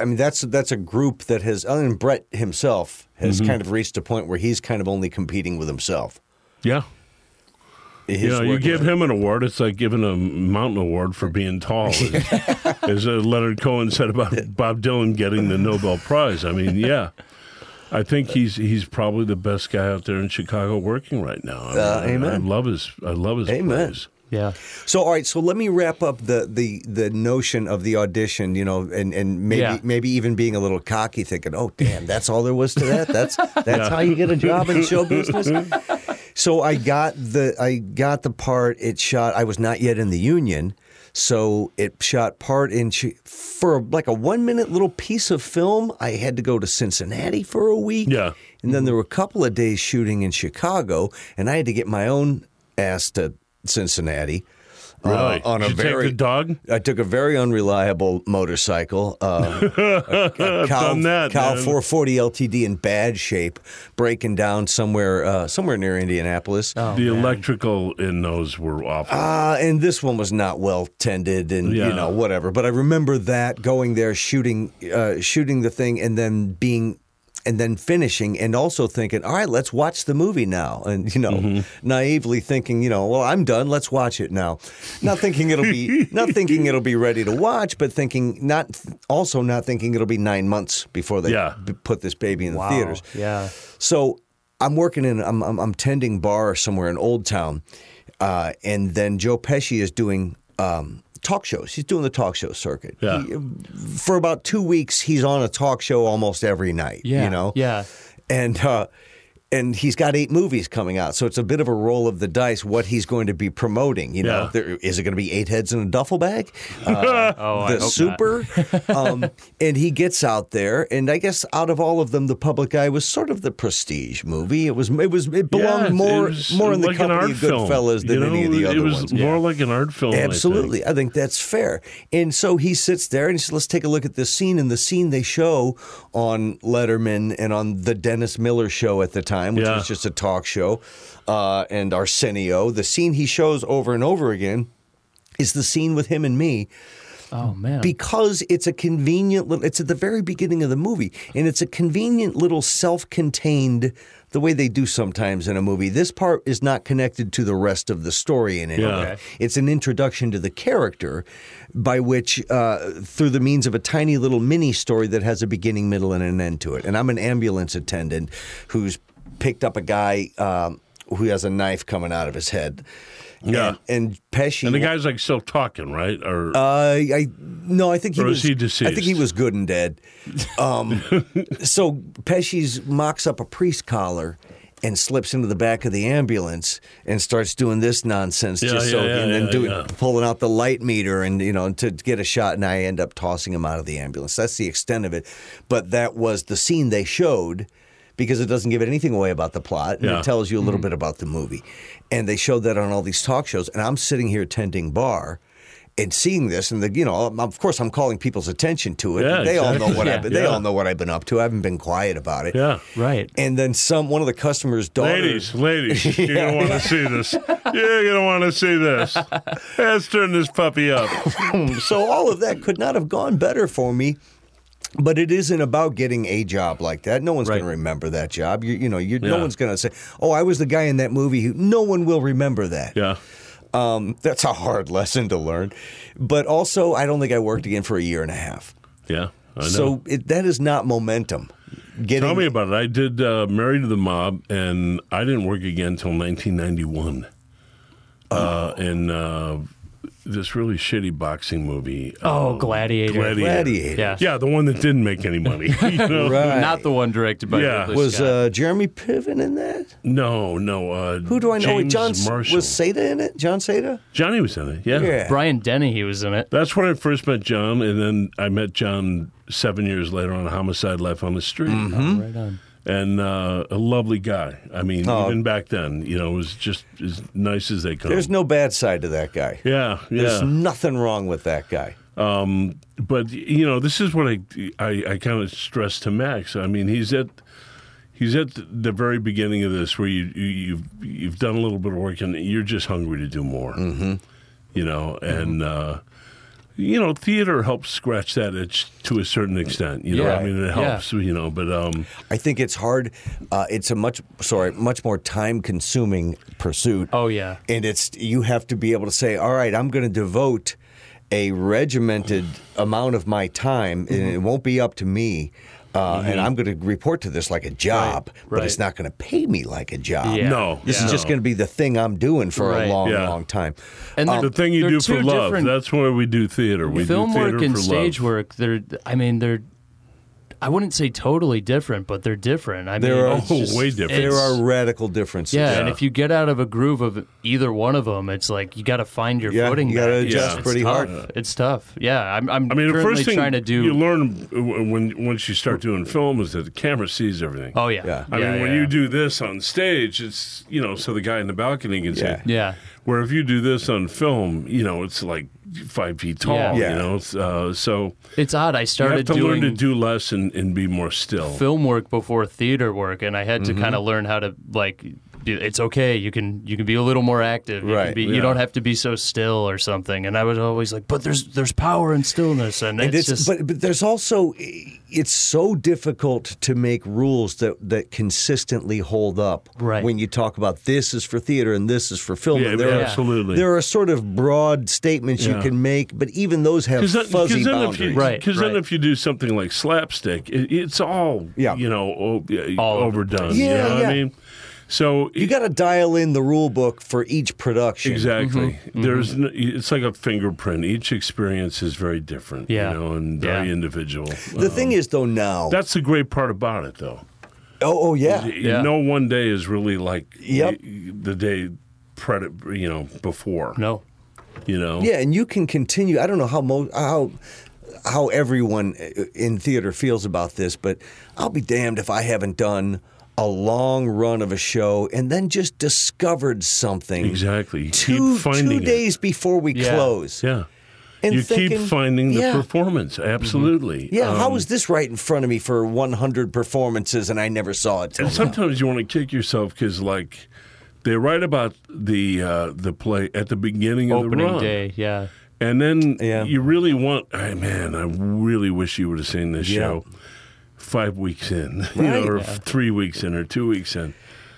[SPEAKER 3] I mean that's that's a group that has other than Brett himself has
[SPEAKER 2] Mm-hmm.
[SPEAKER 3] kind of reached a point where he's kind of only competing with himself.
[SPEAKER 2] Yeah.
[SPEAKER 3] His
[SPEAKER 2] You know, you
[SPEAKER 3] work
[SPEAKER 2] give
[SPEAKER 3] ethic.
[SPEAKER 2] him an award, it's like giving a mountain award for being tall. as, as uh, Leonard Cohen said about Bob Dylan getting the Nobel Prize. I mean, yeah. I think he's he's probably the best guy out there in Chicago working right now. I, mean,
[SPEAKER 3] Uh,
[SPEAKER 2] I-
[SPEAKER 3] amen.
[SPEAKER 2] I, love his I love his
[SPEAKER 3] Amen.
[SPEAKER 2] plays.
[SPEAKER 1] Yeah.
[SPEAKER 3] So all right, so let me wrap up the the the notion of the audition, you know, and and maybe
[SPEAKER 1] Yeah.
[SPEAKER 3] maybe even being a little cocky, thinking, oh damn, that's all there was to that. That's that's how you get a job in show business. so I got the I got the part. It shot. I was not yet in the union. So it shot part in Chi- for like a one minute little piece of film. I had to go to Cincinnati for a week.
[SPEAKER 2] Yeah.
[SPEAKER 3] And then there were a couple of days shooting in Chicago, and I had to get my own ass to Cincinnati. uh,
[SPEAKER 2] Really?
[SPEAKER 3] on a
[SPEAKER 2] Did you take
[SPEAKER 3] very
[SPEAKER 2] the dog?
[SPEAKER 3] I took a very unreliable motorcycle, uh, a, a cow,
[SPEAKER 2] Done that,
[SPEAKER 3] cow
[SPEAKER 2] man.
[SPEAKER 3] 440 LTD in bad shape, breaking down somewhere uh, somewhere near Indianapolis.
[SPEAKER 2] the electrical in those were awful.
[SPEAKER 3] Uh, and this one was not well tended, and you
[SPEAKER 2] Yeah.
[SPEAKER 3] know whatever. But I remember that going there, shooting, uh, shooting the thing, and then being, and then finishing, and also thinking, all right, let's watch the movie now, and you know,
[SPEAKER 2] Mm-hmm.
[SPEAKER 3] naively thinking, you know, well, I'm done, let's watch it now, not thinking it'll be, not thinking it'll be ready to watch, but thinking not, also not thinking it'll be nine months before they
[SPEAKER 2] Yeah.
[SPEAKER 3] b- put this baby in the theaters.
[SPEAKER 1] Yeah.
[SPEAKER 3] So I'm working in I'm I'm, I'm tending bar somewhere in Old Town, uh, and then Joe Pesci is doing um, talk shows. He's doing the talk show circuit.
[SPEAKER 2] Yeah.
[SPEAKER 3] He- for about two weeks, he's on a talk show almost every night.
[SPEAKER 1] Yeah.
[SPEAKER 3] You know.
[SPEAKER 1] Yeah.
[SPEAKER 3] And. Uh, and he's got eight movies coming out, so it's a bit of a roll of the dice what he's going to be promoting. You know,
[SPEAKER 2] Yeah.
[SPEAKER 3] there, is it going to be eight heads in a duffel bag? Uh,
[SPEAKER 1] Oh, I
[SPEAKER 3] the
[SPEAKER 1] hope not.
[SPEAKER 3] super. um, and he gets out there, and I guess out of all of them, the public eye was sort of the prestige movie. It was it was it belonged
[SPEAKER 2] Yeah, it
[SPEAKER 3] more
[SPEAKER 2] was
[SPEAKER 3] more in the
[SPEAKER 2] like an
[SPEAKER 3] company
[SPEAKER 2] art
[SPEAKER 3] of
[SPEAKER 2] film,
[SPEAKER 3] Goodfellas
[SPEAKER 2] you
[SPEAKER 3] than
[SPEAKER 2] know?
[SPEAKER 3] any of the other
[SPEAKER 2] It was
[SPEAKER 3] ones.
[SPEAKER 2] more like an art film. I think.
[SPEAKER 3] Absolutely. I think that's fair. And so he sits there and he says, let's take a look at this scene. And the scene they show on Letterman and on the Dennis Miller show at the time, which
[SPEAKER 2] Yeah.
[SPEAKER 3] was just a talk show, uh, and Arsenio, the scene he shows over and over again is the scene with him and me
[SPEAKER 1] Oh man.
[SPEAKER 3] because it's a convenient little it's at the very beginning of the movie and it's a convenient little self-contained the way they do sometimes in a movie this part is not connected to the rest of the story in any
[SPEAKER 2] Yeah.
[SPEAKER 3] way
[SPEAKER 2] Okay.
[SPEAKER 3] it's an introduction to the character by which uh, through the means of a tiny little mini story that has a beginning middle and an end to it and i'm an ambulance attendant who's picked up a guy um, who has a knife coming out of his head
[SPEAKER 2] Yeah.
[SPEAKER 3] and, and pesci
[SPEAKER 2] And the guy's like still talking, right? Or
[SPEAKER 3] uh, I no, I think he
[SPEAKER 2] Or
[SPEAKER 3] was.
[SPEAKER 2] is he
[SPEAKER 3] I think he
[SPEAKER 2] deceased?
[SPEAKER 3] was good and dead. Um, so Pesci's mocks up a priest collar and slips into the back of the ambulance and starts doing this nonsense
[SPEAKER 2] Yeah,
[SPEAKER 3] just so
[SPEAKER 2] yeah, yeah,
[SPEAKER 3] and then
[SPEAKER 2] yeah,
[SPEAKER 3] doing
[SPEAKER 2] yeah.
[SPEAKER 3] pulling out the light meter and you know to get a shot and I end up tossing him out of the ambulance. That's the extent of it. But that was the scene they showed because it doesn't give anything away about the plot and
[SPEAKER 2] Yeah. Mm-hmm.
[SPEAKER 3] it tells you a little bit about the movie. And they showed that on all these talk shows and I'm sitting here tending bar and seeing this, and the you know, I'm- of course, I'm calling people's attention to it.
[SPEAKER 2] Yeah,
[SPEAKER 3] they all know
[SPEAKER 2] exactly.
[SPEAKER 3] what
[SPEAKER 1] Yeah.
[SPEAKER 3] I've been, they
[SPEAKER 2] Yeah.
[SPEAKER 3] all know what I've been up to. I haven't been quiet about it.
[SPEAKER 2] Yeah.
[SPEAKER 1] Right.
[SPEAKER 3] And then some one of the customers'
[SPEAKER 2] Ladies,
[SPEAKER 3] daughters.
[SPEAKER 2] ladies, you're gonna want to see this. You're gonna want to see this. Let's turn this puppy up.
[SPEAKER 3] so all of that could not have gone better for me. But it isn't about getting a job like that. No one's going
[SPEAKER 1] Right.
[SPEAKER 3] to remember that job. You, you know, you, no
[SPEAKER 2] Yeah.
[SPEAKER 3] one's going to say, "Oh, I was the guy in that movie." Who, no one will remember that.
[SPEAKER 2] Yeah,
[SPEAKER 3] Um, that's a hard lesson to learn. But also, I don't think I worked again for a year and a half.
[SPEAKER 2] yeah. I know.
[SPEAKER 3] So it, that is not momentum. Getting
[SPEAKER 2] Tell me about it. I did uh, Married to the Mob, and I didn't work again until 1991. Uh, in uh, this really shitty boxing movie.
[SPEAKER 1] Oh,
[SPEAKER 2] uh,
[SPEAKER 1] Gladiator.
[SPEAKER 3] Gladiator.
[SPEAKER 1] Yeah.
[SPEAKER 2] Yeah, the one that didn't make any money. you know?
[SPEAKER 3] Right.
[SPEAKER 1] Not the one directed by
[SPEAKER 2] Yeah.
[SPEAKER 1] Ridley
[SPEAKER 3] was
[SPEAKER 1] Scott.
[SPEAKER 3] uh, Jeremy Piven in that?
[SPEAKER 2] No, no. Uh,
[SPEAKER 3] Who do I know? Wait,
[SPEAKER 2] James
[SPEAKER 3] John
[SPEAKER 2] Marshall.
[SPEAKER 3] was Seda in it? John Seda?
[SPEAKER 2] Johnny was in it. Yeah.
[SPEAKER 3] uh,
[SPEAKER 1] Brian Denny. He was in it.
[SPEAKER 2] That's when I first met John, and then I met John seven years later on Homicide Life on the Street.
[SPEAKER 3] Mm-hmm. Hmm?
[SPEAKER 1] Right on.
[SPEAKER 2] And uh, a lovely guy. I mean,
[SPEAKER 3] Oh.
[SPEAKER 2] even back then, you know, it was just as nice as they come.
[SPEAKER 3] There's no bad side to that guy.
[SPEAKER 2] yeah, yeah.
[SPEAKER 3] There's nothing wrong with that guy.
[SPEAKER 2] Um, but you know, this is what I I, I kind of stress to Max. I mean, he's at he's at the very beginning of this where you, you you've you've done a little bit of work and you're just hungry to do more. Mm-hmm. You know, and uh, you know, theater helps scratch that itch to a certain extent. You know,
[SPEAKER 1] Yeah.
[SPEAKER 2] I mean, it
[SPEAKER 1] Yeah.
[SPEAKER 2] helps. You know, but um,
[SPEAKER 3] I think it's hard. Uh, it's a much sorry, much more time consuming pursuit.
[SPEAKER 1] Oh yeah.
[SPEAKER 3] and it's you have to be able to say, all right, I'm going to devote a regimented amount of my time, and
[SPEAKER 1] Mm-hmm.
[SPEAKER 3] it won't be up to me. Uh, And I'm going to report to this like a job, but it's
[SPEAKER 1] right.
[SPEAKER 3] not going to pay me like a job.
[SPEAKER 1] Yeah.
[SPEAKER 2] no,
[SPEAKER 3] This
[SPEAKER 1] Yeah.
[SPEAKER 3] is just going to be the thing I'm doing for
[SPEAKER 1] Right.
[SPEAKER 3] a long,
[SPEAKER 2] Yeah.
[SPEAKER 3] long time. Uh,
[SPEAKER 1] And
[SPEAKER 2] the thing you
[SPEAKER 1] Oh, they're
[SPEAKER 2] do for
[SPEAKER 1] two
[SPEAKER 2] love.
[SPEAKER 1] different-
[SPEAKER 2] That's why we do theater. We
[SPEAKER 1] film
[SPEAKER 2] do theater
[SPEAKER 1] work and
[SPEAKER 2] for
[SPEAKER 1] stage
[SPEAKER 2] love.
[SPEAKER 1] work they're i mean they're i wouldn't say totally different but they're different i
[SPEAKER 3] There
[SPEAKER 1] mean
[SPEAKER 3] are-
[SPEAKER 1] it's
[SPEAKER 2] Oh,
[SPEAKER 1] just-
[SPEAKER 2] way different.
[SPEAKER 1] it's-
[SPEAKER 3] There are radical differences.
[SPEAKER 1] yeah,
[SPEAKER 2] Yeah.
[SPEAKER 1] and if you get out of a groove of either one of them it's like you got to find your
[SPEAKER 3] Yeah,
[SPEAKER 1] footing
[SPEAKER 3] you gotta
[SPEAKER 1] back.
[SPEAKER 2] adjust
[SPEAKER 1] It's
[SPEAKER 3] pretty
[SPEAKER 1] tough.
[SPEAKER 3] hard.
[SPEAKER 1] it's tough yeah i'm, I'm
[SPEAKER 2] I mean, the
[SPEAKER 1] currently
[SPEAKER 2] first thing
[SPEAKER 1] trying to do
[SPEAKER 2] you learn w- when once you start doing film is that the camera sees everything.
[SPEAKER 1] oh yeah
[SPEAKER 3] Yeah.
[SPEAKER 2] I mean,
[SPEAKER 1] yeah,
[SPEAKER 2] when
[SPEAKER 1] yeah.
[SPEAKER 2] you do this on stage, it's you know, so the guy in the balcony can
[SPEAKER 3] Yeah.
[SPEAKER 2] see.
[SPEAKER 1] yeah
[SPEAKER 2] Where if you do this on film, you know, it's like five feet tall.
[SPEAKER 1] Yeah.
[SPEAKER 3] Yeah.
[SPEAKER 2] You know, it's, uh, so
[SPEAKER 1] it's odd i
[SPEAKER 2] you have
[SPEAKER 1] started
[SPEAKER 2] to learn
[SPEAKER 1] doing
[SPEAKER 2] to do less and, and be more still.
[SPEAKER 1] film work before theater work and i had to kind of learn how to like be- it's okay you can you can be a little more active you, can
[SPEAKER 3] Right,
[SPEAKER 1] be, you
[SPEAKER 2] yeah.
[SPEAKER 1] don't have to be so still or something and i was always like but there's there's power in stillness and,
[SPEAKER 3] And
[SPEAKER 1] it's,
[SPEAKER 3] it's,
[SPEAKER 1] just
[SPEAKER 3] but, but there's also it's so difficult to make rules that, that consistently hold up
[SPEAKER 1] Right.
[SPEAKER 3] when you talk about this is for theater and this is for film.
[SPEAKER 2] Yeah,
[SPEAKER 3] there
[SPEAKER 1] yeah.
[SPEAKER 2] absolutely.
[SPEAKER 3] There are sort of broad statements
[SPEAKER 2] Yeah.
[SPEAKER 3] you can make, but even those have
[SPEAKER 2] then,
[SPEAKER 3] fuzzy
[SPEAKER 2] then
[SPEAKER 3] boundaries.
[SPEAKER 2] If you,
[SPEAKER 1] Right,
[SPEAKER 2] 'cause then
[SPEAKER 1] right.
[SPEAKER 2] if you do something like slapstick, it, it's all
[SPEAKER 3] Yeah.
[SPEAKER 2] you know o- uh,
[SPEAKER 1] All over the
[SPEAKER 2] overdone.
[SPEAKER 3] place.
[SPEAKER 2] you
[SPEAKER 3] Yeah,
[SPEAKER 2] know what I
[SPEAKER 3] yeah.
[SPEAKER 2] mean, so
[SPEAKER 3] You got to dial in the rule book for each production.
[SPEAKER 2] Exactly.
[SPEAKER 1] Mm-hmm.
[SPEAKER 2] There's n it's like a fingerprint. Each experience is very different.
[SPEAKER 1] Yeah.
[SPEAKER 2] You know, and very
[SPEAKER 1] Yeah.
[SPEAKER 2] individual.
[SPEAKER 3] The
[SPEAKER 2] Uh,
[SPEAKER 3] thing is, though, now
[SPEAKER 2] that's the great part about it, though.
[SPEAKER 3] oh, oh yeah,
[SPEAKER 1] Yeah.
[SPEAKER 2] No one day is really like
[SPEAKER 3] Yep.
[SPEAKER 2] the, the day pred you know before.
[SPEAKER 1] no
[SPEAKER 2] You know.
[SPEAKER 3] Yeah, and you can continue. I don't know how mo- how how everyone in theater feels about this, but I'll be damned if I haven't done a long run of a show and then just discovered something
[SPEAKER 2] Exactly. You
[SPEAKER 3] two
[SPEAKER 2] keep finding
[SPEAKER 3] two
[SPEAKER 2] it.
[SPEAKER 3] days before we
[SPEAKER 1] Yeah.
[SPEAKER 3] close.
[SPEAKER 2] Yeah.
[SPEAKER 3] And
[SPEAKER 2] you
[SPEAKER 3] thinking,
[SPEAKER 2] keep finding the
[SPEAKER 3] yeah.
[SPEAKER 2] performance.
[SPEAKER 1] Mm-hmm.
[SPEAKER 2] Absolutely.
[SPEAKER 3] Yeah,
[SPEAKER 2] Um,
[SPEAKER 3] how was this right in front of me for 100 performances and I never saw it? Till
[SPEAKER 2] And sometimes you want to kick yourself because, like, they write about the uh, the play at the beginning of the
[SPEAKER 1] opening
[SPEAKER 2] run.
[SPEAKER 1] day yeah
[SPEAKER 2] And then
[SPEAKER 3] Yeah.
[SPEAKER 2] you really want, hey, man, I really wish you would have seen this
[SPEAKER 3] Yeah.
[SPEAKER 2] show five weeks in, you know,
[SPEAKER 3] Right.
[SPEAKER 2] or f- three weeks in, or two weeks in.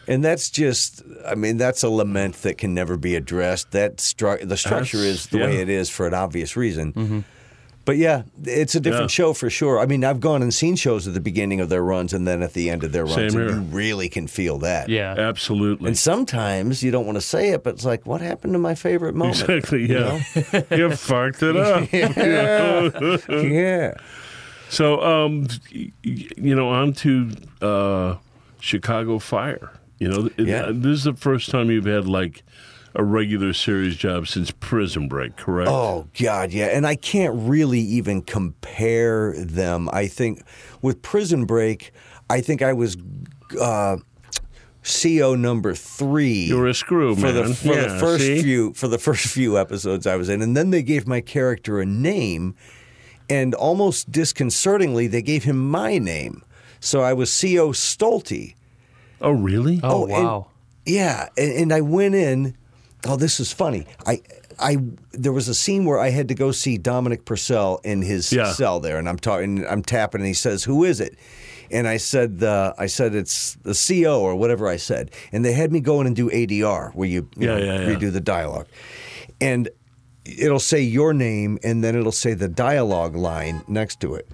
[SPEAKER 3] And that's just, I mean, that's a lament that can never be addressed. That stru- the structure
[SPEAKER 2] That's-
[SPEAKER 3] is the way
[SPEAKER 2] yeah. Mm-hmm.
[SPEAKER 3] it is for an obvious reason. But yeah, it's a different
[SPEAKER 2] Yeah.
[SPEAKER 3] show for sure. I mean, I've gone and seen shows at the beginning of their runs and then at the end of their runs.
[SPEAKER 2] Same
[SPEAKER 3] and
[SPEAKER 2] here.
[SPEAKER 3] you really can feel that.
[SPEAKER 1] yeah
[SPEAKER 2] Absolutely.
[SPEAKER 3] And sometimes you don't want to say it, but it's like, what happened to my favorite moment?
[SPEAKER 2] Exactly. Yeah, you fucked it up.
[SPEAKER 3] yeah.
[SPEAKER 2] So, um, y- y- you know, on to uh, Chicago Fire. You know, th-
[SPEAKER 3] Yeah.
[SPEAKER 2] this is the first time you've had like a regular series job since Prison Break, correct?
[SPEAKER 3] Oh God, yeah, and I can't really even compare them. I think with Prison Break, I think I was uh, CO number three.
[SPEAKER 2] You were a screw,
[SPEAKER 3] for
[SPEAKER 2] man.
[SPEAKER 3] the for the
[SPEAKER 2] Yeah,
[SPEAKER 3] first
[SPEAKER 2] see?
[SPEAKER 3] few for the first few episodes I was in, and then they gave my character a name, and almost disconcertingly, they gave him my name. So I was CO Stolte.
[SPEAKER 2] Oh, really?
[SPEAKER 1] Oh,
[SPEAKER 3] and-
[SPEAKER 1] wow.
[SPEAKER 3] yeah, and, and I went in. Oh, this is funny. I I there was a scene where I had to go see Dominic Purcell in his
[SPEAKER 2] Yeah.
[SPEAKER 3] cell there, and I'm talking, I'm tapping, and he says, "Who is it?" And I said, uh, "I said it's the CO or whatever I said," and they had me go in and do ADR where you, you
[SPEAKER 2] Yeah,
[SPEAKER 3] know,
[SPEAKER 2] yeah, yeah.
[SPEAKER 3] redo the dialogue, and it'll say your name and then it'll say the dialogue line next to it,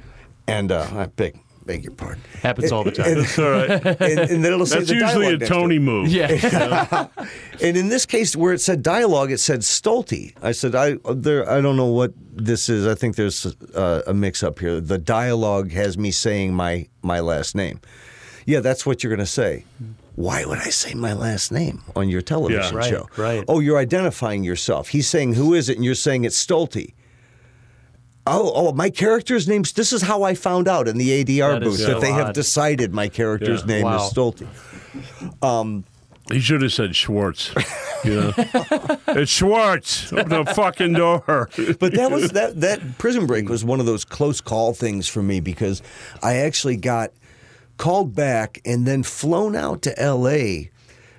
[SPEAKER 3] and uh, I beg beg your pardon.
[SPEAKER 1] Happens all the time.
[SPEAKER 2] That's all right.
[SPEAKER 3] And, and then it'll say
[SPEAKER 2] That's
[SPEAKER 3] the dialogue
[SPEAKER 2] usually a
[SPEAKER 3] next to it.
[SPEAKER 2] Tony move.
[SPEAKER 1] yeah.
[SPEAKER 3] And in this case, where it said dialogue, it said Stolte. I said, I there, I don't know what this is. I think there's uh, a mix up here. The dialogue has me saying my my last name. Yeah, that's what you're going to say. Why would I say my last name on your television
[SPEAKER 2] Yeah,
[SPEAKER 1] right,
[SPEAKER 3] show?
[SPEAKER 1] right.
[SPEAKER 3] Oh, you're identifying yourself. He's saying who is it, and you're saying it's Stolte. Oh, oh, my character's name's. This is how I found out in the ADR
[SPEAKER 1] That is
[SPEAKER 3] booth
[SPEAKER 1] so
[SPEAKER 3] that they have
[SPEAKER 1] odd.
[SPEAKER 3] decided my character's
[SPEAKER 2] Yeah.
[SPEAKER 3] name
[SPEAKER 1] Wow.
[SPEAKER 3] is Stolte.
[SPEAKER 2] He should have said Schwartz. You know, it's Schwartz. Open the fucking door.
[SPEAKER 3] But that was that that prison break was one of those close call things for me because I actually got called back and then flown out to L.A.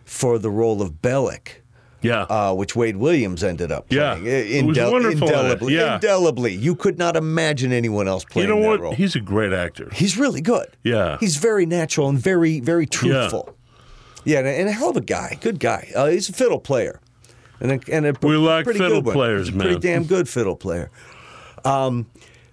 [SPEAKER 3] for the role of Bellic.
[SPEAKER 2] Yeah.
[SPEAKER 3] Uh, which Wade Williams ended up
[SPEAKER 2] Yeah.
[SPEAKER 3] playing.
[SPEAKER 2] It was wonderful in it.
[SPEAKER 3] indelibly,
[SPEAKER 2] Yeah.
[SPEAKER 3] indelibly. You could not imagine anyone else
[SPEAKER 2] you
[SPEAKER 3] playing
[SPEAKER 2] know
[SPEAKER 3] that
[SPEAKER 2] what?
[SPEAKER 3] role.
[SPEAKER 2] He's a great actor.
[SPEAKER 3] He's really good.
[SPEAKER 2] Yeah.
[SPEAKER 3] He's very natural and very, very truthful. Yeah, and, a, and a hell of a guy. Good guy. Uh, he's a fiddle player. And a, and a pr-
[SPEAKER 2] We like
[SPEAKER 3] pretty
[SPEAKER 2] fiddle
[SPEAKER 3] good one.
[SPEAKER 2] players,
[SPEAKER 3] He's a Pretty
[SPEAKER 2] man.
[SPEAKER 3] damn good fiddle player. Um,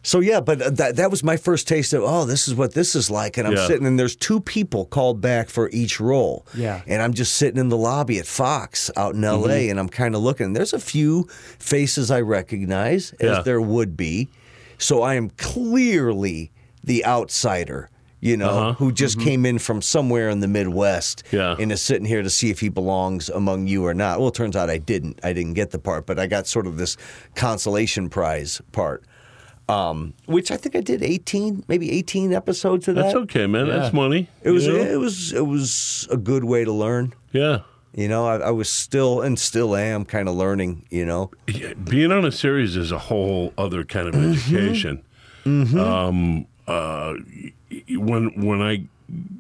[SPEAKER 3] so yeah, but uh, that that was my first taste of oh, this is what this is like, and I'm
[SPEAKER 2] Yeah.
[SPEAKER 3] sitting and there's two people called back for each role.
[SPEAKER 1] Yeah.
[SPEAKER 3] and I'm just sitting in the lobby at Fox out in L.A.
[SPEAKER 2] Mm-hmm.
[SPEAKER 3] and I'm kind of looking. There's a few faces I recognize, as
[SPEAKER 2] Yeah.
[SPEAKER 3] there would be. So I am clearly the outsider, you know, who just came in from somewhere in the Midwest
[SPEAKER 2] Uh-huh. Mm-hmm. Yeah.
[SPEAKER 3] and is sitting here to see if he belongs among you or not. Well, it turns out I didn't. I didn't get the part, but I got sort of this consolation prize part. Um, which I think I did 18, maybe 18 episodes of that.
[SPEAKER 2] That's okay, man. That's money.
[SPEAKER 3] It was
[SPEAKER 2] You know?
[SPEAKER 3] it was it was a good way to learn.
[SPEAKER 2] yeah.
[SPEAKER 3] You know, I, I was still and still am kind of learning, you know.
[SPEAKER 2] Yeah, being on a series is a whole other kind of
[SPEAKER 3] Mm-hmm.
[SPEAKER 2] education. Um, uh, when when I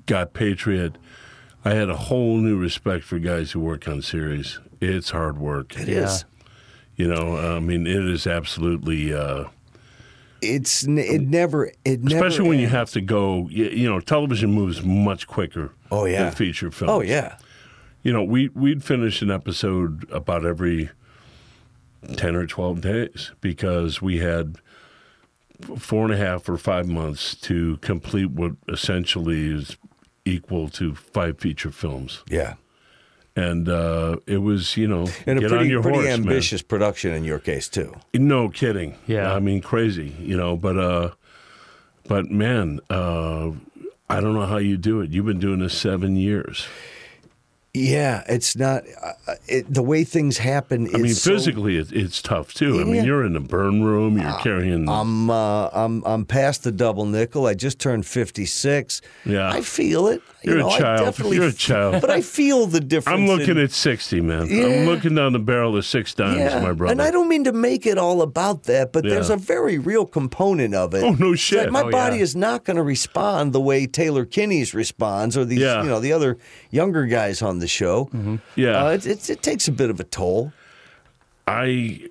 [SPEAKER 2] got Patriot, I had a whole new respect for guys who work on series. It's hard work.
[SPEAKER 3] It is.
[SPEAKER 2] You know, I mean, it is absolutely, uh,
[SPEAKER 3] It's n- it never it never
[SPEAKER 2] especially when you have to go. You, you know, television moves much quicker.
[SPEAKER 3] Oh, yeah.
[SPEAKER 2] than feature film.
[SPEAKER 3] Oh yeah.
[SPEAKER 2] you know, we we'd finish an episode about every ten or twelve days because we had f- four and a half or five months to complete what essentially is equal to five feature films,
[SPEAKER 3] Yeah.
[SPEAKER 2] and uh, it was you know
[SPEAKER 3] And a
[SPEAKER 2] get on
[SPEAKER 3] pretty,
[SPEAKER 2] your
[SPEAKER 3] pretty
[SPEAKER 2] horse,
[SPEAKER 3] ambitious production in your case too.
[SPEAKER 2] man. No kidding.
[SPEAKER 1] Yeah.
[SPEAKER 2] I mean crazy. You know, but uh, but man, uh, I don't know how you do it. You've been doing this seven years.
[SPEAKER 3] Yeah, it's not uh, uh, it, the way things happen. Is
[SPEAKER 2] I mean,
[SPEAKER 3] so-
[SPEAKER 2] physically, it, it's tough too. I
[SPEAKER 3] Yeah. Ah,
[SPEAKER 2] mean, you're in the burn room. You're carrying.
[SPEAKER 3] I'm uh, I'm I'm past the double nickel. I just turned 56.
[SPEAKER 2] Yeah.
[SPEAKER 3] I feel it.
[SPEAKER 2] You're
[SPEAKER 3] you
[SPEAKER 2] a
[SPEAKER 3] know,
[SPEAKER 2] child.
[SPEAKER 3] I definitely
[SPEAKER 2] You're a
[SPEAKER 3] f-
[SPEAKER 2] child.
[SPEAKER 3] But I feel the difference.
[SPEAKER 2] I'm looking
[SPEAKER 3] in-
[SPEAKER 2] at sixty, man.
[SPEAKER 3] Yeah.
[SPEAKER 2] I'm looking down the barrel of six dimes,
[SPEAKER 3] yeah.
[SPEAKER 2] my brother.
[SPEAKER 3] And I don't mean to make it all about that, but
[SPEAKER 2] Yeah.
[SPEAKER 3] there's a very real component of it.
[SPEAKER 2] Oh, no
[SPEAKER 3] It's like
[SPEAKER 2] shit.
[SPEAKER 3] my
[SPEAKER 1] Oh,
[SPEAKER 3] body
[SPEAKER 1] yeah.
[SPEAKER 3] is not going to respond the way Taylor Kinney's responds or these
[SPEAKER 2] Yeah. Mm-hmm.
[SPEAKER 3] you know the other younger guys on the show.
[SPEAKER 2] Yeah.
[SPEAKER 3] uh, it, it, it takes a bit of a toll.
[SPEAKER 2] I,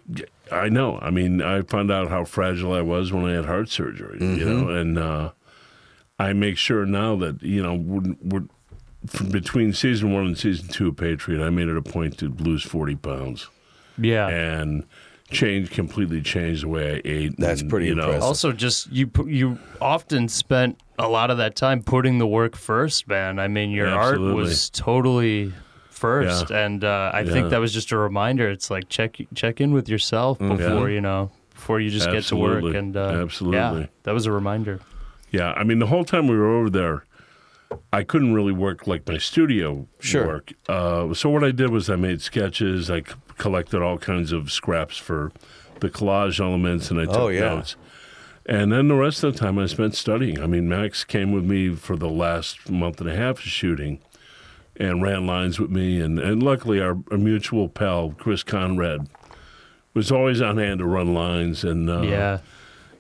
[SPEAKER 2] I know. I mean, I found out how fragile I was when I had heart surgery.
[SPEAKER 3] Mm-hmm.
[SPEAKER 2] You know, and uh, I make sure now that you know we're, we're, from between season one and season two of Patriot, I made it a point to lose forty pounds
[SPEAKER 1] Yeah.
[SPEAKER 2] and change completely changed the way I ate.
[SPEAKER 3] That's
[SPEAKER 2] and,
[SPEAKER 3] pretty
[SPEAKER 2] you know,
[SPEAKER 3] impressive.
[SPEAKER 1] also, just you pu- you often spent a lot of that time putting the work first, man. I mean, your art
[SPEAKER 2] Absolutely.
[SPEAKER 1] was totally first,
[SPEAKER 2] Yeah.
[SPEAKER 1] and uh, I
[SPEAKER 2] Yeah.
[SPEAKER 1] think that was just a reminder. It's like check check in with yourself before you know before you just get to work,
[SPEAKER 2] Mm, Absolutely.
[SPEAKER 1] and uh, yeah,
[SPEAKER 2] Absolutely.
[SPEAKER 1] that was a reminder.
[SPEAKER 2] Yeah, I mean, the whole time we were over there, I couldn't really work like my studio
[SPEAKER 3] Sure.
[SPEAKER 2] work. Uh, so what I did was I made sketches. I c- collected all kinds of scraps for the collage elements, and I took
[SPEAKER 3] Oh, yeah.
[SPEAKER 2] notes. And then the rest of the time I spent studying. I mean, Max came with me for the last month and a half of shooting, and ran lines with me. And, and luckily, our, our mutual pal, Chris Conrad, was always on hand to run lines. And uh,
[SPEAKER 1] yeah.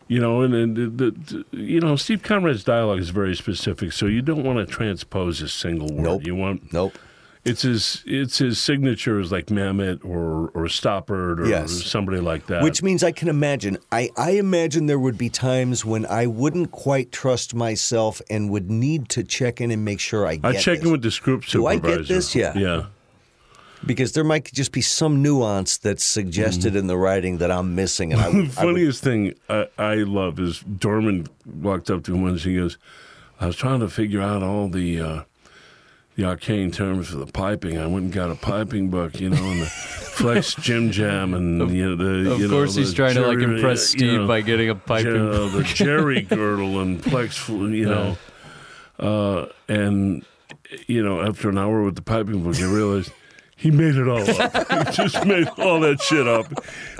[SPEAKER 2] you know, and, and the, the, you know, Steve Conrad's dialogue is very specific, so you don't want to transpose a single word.
[SPEAKER 3] Nope.
[SPEAKER 2] You want
[SPEAKER 3] Nope.
[SPEAKER 2] it's his it's his signatures like Mamet or or Stoppard or
[SPEAKER 3] Yes.
[SPEAKER 2] somebody like that.
[SPEAKER 3] Which means I can imagine. I, I imagine there would be times when I wouldn't quite trust myself and would need to check in and make sure I get
[SPEAKER 2] I check
[SPEAKER 3] this.
[SPEAKER 2] in with the script
[SPEAKER 3] Do I
[SPEAKER 2] supervisor.
[SPEAKER 3] get this? Yeah.
[SPEAKER 2] Yeah.
[SPEAKER 3] because there might just be some nuance that's
[SPEAKER 2] Mm-hmm.
[SPEAKER 3] suggested in the writing that I'm missing. And I,
[SPEAKER 2] The
[SPEAKER 3] would- I would-
[SPEAKER 2] funniest thing I, I love is Dorman walked up to him once and he goes, I was trying to figure out all the uh, the arcane terms for the piping. I went and got a piping book, you know, and the flex jim jam and you know, the
[SPEAKER 1] Of
[SPEAKER 2] you know,
[SPEAKER 1] course,
[SPEAKER 2] the
[SPEAKER 1] he's trying to like
[SPEAKER 2] jury-
[SPEAKER 1] impress
[SPEAKER 2] you
[SPEAKER 1] Steve
[SPEAKER 2] know,
[SPEAKER 1] by getting a
[SPEAKER 2] you
[SPEAKER 1] piping.
[SPEAKER 2] know, the jerry girdle and plex, fl- you know, uh, and you know, after an hour with the piping book, I realized he made it all up. he just made all that shit up,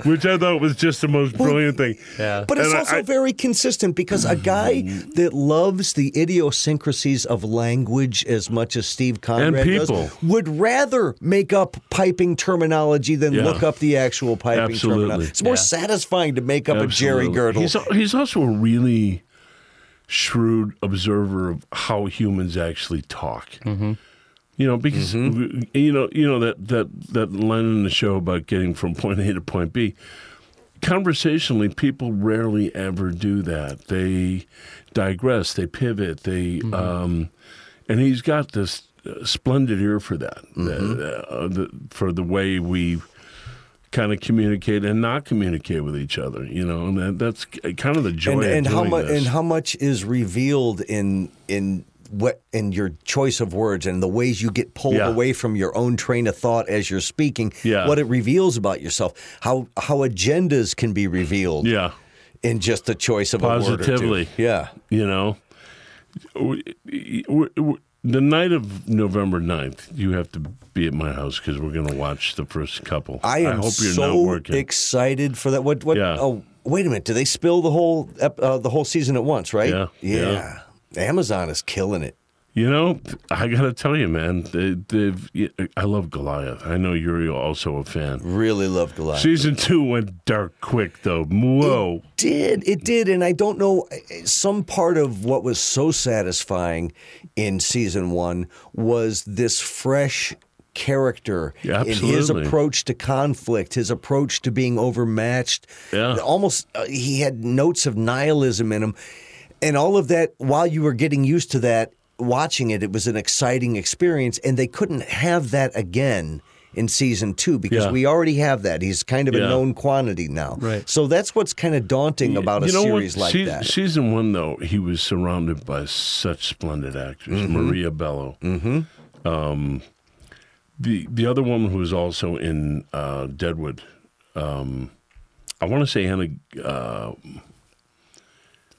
[SPEAKER 2] which I thought was just the most brilliant thing.
[SPEAKER 1] Yeah.
[SPEAKER 3] But it's
[SPEAKER 2] And I- Mm-hmm.
[SPEAKER 3] also
[SPEAKER 2] I-
[SPEAKER 3] very consistent because a guy that loves the idiosyncrasies of language as much as Steve Conrad
[SPEAKER 2] people.
[SPEAKER 3] does would rather make up piping terminology than
[SPEAKER 2] Yeah.
[SPEAKER 3] look up the actual piping
[SPEAKER 2] Absolutely.
[SPEAKER 3] terminology. It's more
[SPEAKER 1] Yeah.
[SPEAKER 3] satisfying to make up a jerry
[SPEAKER 2] Absolutely.
[SPEAKER 3] girdle.
[SPEAKER 2] He's, al- he's also a really shrewd observer of how humans actually talk.
[SPEAKER 1] Mm-hmm.
[SPEAKER 2] You know, because w- you know, you know that that that line in the show about getting from point A to point B. Conversationally, people rarely ever do that. They digress, they pivot, they,
[SPEAKER 3] Mm-hmm.
[SPEAKER 2] um, and he's got this uh, splendid ear for that,
[SPEAKER 3] Mm-hmm.
[SPEAKER 2] uh, uh, the, for the way we kind of communicate and not communicate with each other. You know, and that, that's k- kind of the joy.
[SPEAKER 3] and
[SPEAKER 2] of
[SPEAKER 3] and how
[SPEAKER 2] doing
[SPEAKER 3] much
[SPEAKER 2] this.
[SPEAKER 3] and how much is revealed in in what in your choice of words and the ways you get pulled
[SPEAKER 2] Yeah.
[SPEAKER 3] away from your own train of thought as you're speaking
[SPEAKER 2] Yeah.
[SPEAKER 3] what it reveals about yourself how how agendas can be revealed
[SPEAKER 2] yeah.
[SPEAKER 3] in just the choice of a word or
[SPEAKER 2] Positively.
[SPEAKER 3] two. yeah
[SPEAKER 2] you know W- w- w- the night of november 9th you have to be at my house because we're going to watch the first couple
[SPEAKER 3] i am
[SPEAKER 2] hope you're
[SPEAKER 3] so
[SPEAKER 2] not working
[SPEAKER 3] excited for that what what
[SPEAKER 2] Yeah.
[SPEAKER 3] oh wait a minute do they spill the whole ep- uh, the whole season at once right
[SPEAKER 2] Yeah,
[SPEAKER 3] yeah. amazon is killing it
[SPEAKER 2] you know i gotta tell you man they, they've i love goliath i know you're also a fan
[SPEAKER 3] really love goliath
[SPEAKER 2] season two went dark quick though whoa
[SPEAKER 3] did
[SPEAKER 2] Mm.
[SPEAKER 3] it did and i don't know eh, some part of what was so satisfying in season one was this fresh character
[SPEAKER 2] Yeah,
[SPEAKER 3] in his
[SPEAKER 2] absolutely.
[SPEAKER 3] approach to conflict his approach to being overmatched
[SPEAKER 2] Yeah.
[SPEAKER 3] almost uh, he had notes of nihilism in him and all of that while you were getting used to that watching it it was an exciting experience and they couldn't have that again in season two because
[SPEAKER 2] Yeah.
[SPEAKER 3] we already have that he's kind of a
[SPEAKER 2] Yeah.
[SPEAKER 3] known quantity now
[SPEAKER 1] Right.
[SPEAKER 3] so that's what's kind of daunting about a
[SPEAKER 2] you know
[SPEAKER 3] series
[SPEAKER 2] what?
[SPEAKER 3] like
[SPEAKER 2] Se-
[SPEAKER 3] that.
[SPEAKER 2] Season one, though, he was surrounded by such splendid actors. Maria Bello. Mm-hmm. Um, the the other woman who was also in uh, Deadwood. Um, I want to say Hannah. Uh,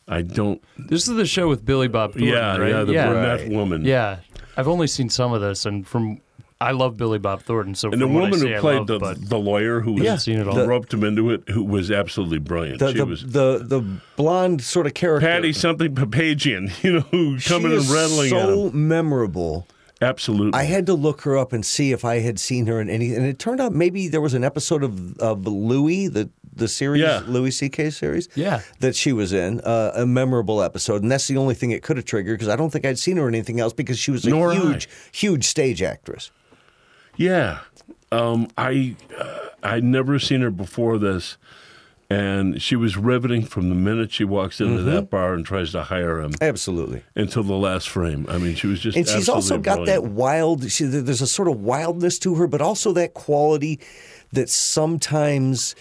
[SPEAKER 2] I don't.
[SPEAKER 1] This is the show with Billy Bob Thornton,
[SPEAKER 2] yeah,
[SPEAKER 1] right?
[SPEAKER 2] yeah, the
[SPEAKER 1] yeah.
[SPEAKER 2] brunette woman.
[SPEAKER 1] Yeah. I've only seen some of this, and from I love Billy Bob Thornton, so
[SPEAKER 2] And the
[SPEAKER 1] from what I
[SPEAKER 2] woman
[SPEAKER 1] see,
[SPEAKER 2] who
[SPEAKER 1] I
[SPEAKER 2] played
[SPEAKER 1] love,
[SPEAKER 2] the,
[SPEAKER 1] but
[SPEAKER 2] the lawyer who was
[SPEAKER 1] Yeah, seen it all.
[SPEAKER 2] who roped him into it, who was absolutely brilliant.
[SPEAKER 3] The,
[SPEAKER 2] she
[SPEAKER 3] the,
[SPEAKER 2] was
[SPEAKER 3] the the blonde sort of character.
[SPEAKER 2] Patty something Papagian, you know, who
[SPEAKER 3] She
[SPEAKER 2] coming
[SPEAKER 3] is
[SPEAKER 2] and rattling at him.
[SPEAKER 3] so memorable.
[SPEAKER 2] Absolutely.
[SPEAKER 3] I had to look her up and see if I had seen her in any. And it turned out maybe there was an episode of of Louis the the series
[SPEAKER 2] Yeah.
[SPEAKER 3] Louis C.K. series.
[SPEAKER 1] Yeah.
[SPEAKER 3] that she was in uh, a memorable episode, and that's the only thing it could have triggered because I don't think I'd seen her in anything else because she was a
[SPEAKER 2] Nor I.
[SPEAKER 3] huge huge stage actress.
[SPEAKER 2] Yeah, um, I uh, I'd never seen her before this, and she was riveting from the minute she walks into
[SPEAKER 3] Mm-hmm.
[SPEAKER 2] that bar and tries to hire him
[SPEAKER 3] Absolutely.
[SPEAKER 2] until the last frame. I mean, she was just
[SPEAKER 3] and she's also
[SPEAKER 2] absolutely
[SPEAKER 3] got
[SPEAKER 2] brilliant.
[SPEAKER 3] that wild she, there's a sort of wildness to her but also that quality that sometimes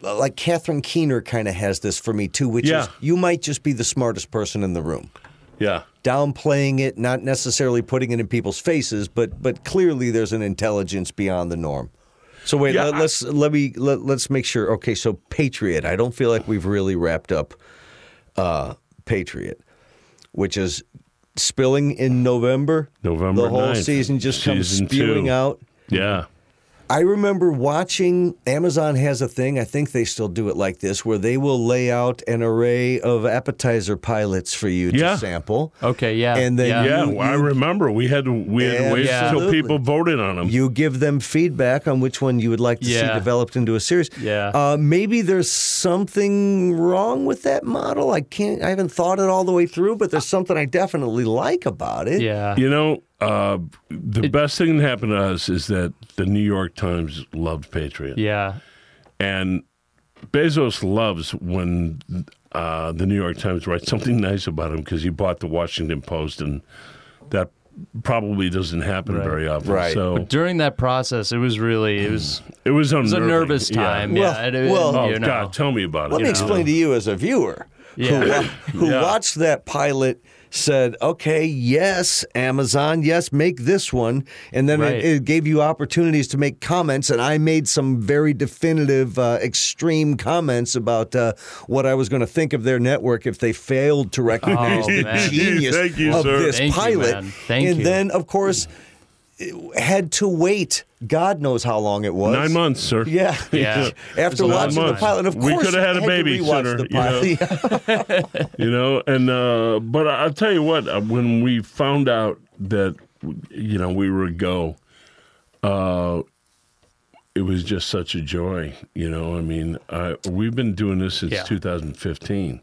[SPEAKER 3] like Catherine Keener kind of has this for me too which
[SPEAKER 2] Yeah.
[SPEAKER 3] is you might just be the smartest person in the room
[SPEAKER 2] yeah.
[SPEAKER 3] downplaying it not necessarily putting it in people's faces but but clearly there's an intelligence beyond the norm so wait
[SPEAKER 2] Yeah,
[SPEAKER 3] let,
[SPEAKER 2] I-
[SPEAKER 3] us let me let, let's make sure okay so patriot i don't feel like we've really wrapped up uh patriot which is spilling in november
[SPEAKER 2] November
[SPEAKER 3] the whole
[SPEAKER 2] 9th,
[SPEAKER 3] season just comes
[SPEAKER 2] season
[SPEAKER 3] spewing
[SPEAKER 2] two.
[SPEAKER 3] out
[SPEAKER 2] Yeah,
[SPEAKER 3] I remember watching Amazon has a thing, I think they still do it like this, where they will lay out an array of appetizer pilots for you to
[SPEAKER 2] Yeah.
[SPEAKER 3] sample.
[SPEAKER 1] Okay, yeah,
[SPEAKER 3] And then
[SPEAKER 1] yeah.
[SPEAKER 3] you-
[SPEAKER 2] Yeah, well, I remember we had to we had to wait
[SPEAKER 3] Yeah.
[SPEAKER 2] until
[SPEAKER 3] Absolutely.
[SPEAKER 2] people voted on them.
[SPEAKER 3] You give them feedback on which one you would like to see
[SPEAKER 1] Yeah.
[SPEAKER 3] developed into a series.
[SPEAKER 1] Yeah.
[SPEAKER 3] Uh, maybe there's something wrong with that model. I can't. I haven't thought it all the way through, but there's something I definitely like about it.
[SPEAKER 1] Uh, yeah.
[SPEAKER 2] You know, uh, the best thing that happened to us is that the New York Times loved Patriot,
[SPEAKER 1] Yeah.
[SPEAKER 2] and Bezos loves when uh, the New York Times writes something nice about him because he bought the Washington Post, and that probably doesn't happen very often.
[SPEAKER 3] Right.
[SPEAKER 2] So
[SPEAKER 1] During that process, it was really it was
[SPEAKER 2] it was
[SPEAKER 1] it was a
[SPEAKER 2] unnerving.
[SPEAKER 1] nervous
[SPEAKER 2] Yeah.
[SPEAKER 1] time.
[SPEAKER 3] Well-
[SPEAKER 1] Yeah. and it-
[SPEAKER 3] well-
[SPEAKER 2] Oh
[SPEAKER 1] you know.
[SPEAKER 2] God, tell me about
[SPEAKER 3] Let
[SPEAKER 2] it.
[SPEAKER 3] me explain to you as a viewer who,
[SPEAKER 1] Yeah.
[SPEAKER 3] wa- who
[SPEAKER 2] Yeah.
[SPEAKER 3] watched that pilot said, okay, yes, Amazon, yes, make this one. And then
[SPEAKER 1] Right.
[SPEAKER 3] it, it gave you opportunities to make comments. And I made some very definitive, uh, extreme comments about uh, what I was going to think of their network if they failed to recognize
[SPEAKER 1] Oh,
[SPEAKER 3] the
[SPEAKER 1] man.
[SPEAKER 3] genius
[SPEAKER 2] Thank you,
[SPEAKER 3] of
[SPEAKER 2] sir.
[SPEAKER 3] this
[SPEAKER 1] Thank you,
[SPEAKER 3] pilot.
[SPEAKER 1] man. Thank
[SPEAKER 3] and
[SPEAKER 1] you.
[SPEAKER 3] then, of course, it had to wait. God knows how long it was.
[SPEAKER 2] Nine months, sir.
[SPEAKER 3] Yeah.
[SPEAKER 1] Yeah. It's
[SPEAKER 3] After
[SPEAKER 1] a lot
[SPEAKER 3] watching the
[SPEAKER 2] months.
[SPEAKER 3] pilot, and of
[SPEAKER 2] We
[SPEAKER 3] course,
[SPEAKER 2] coulda had a
[SPEAKER 3] I to
[SPEAKER 2] baby
[SPEAKER 3] rewatch
[SPEAKER 2] sooner,
[SPEAKER 3] The
[SPEAKER 2] you know.
[SPEAKER 3] pilot. Yeah.
[SPEAKER 2] you know and uh but I- i'll tell you what uh, when we found out that you know we were go uh it was just such a joy you know i mean I, we've been doing this since
[SPEAKER 1] Yeah.
[SPEAKER 2] 2015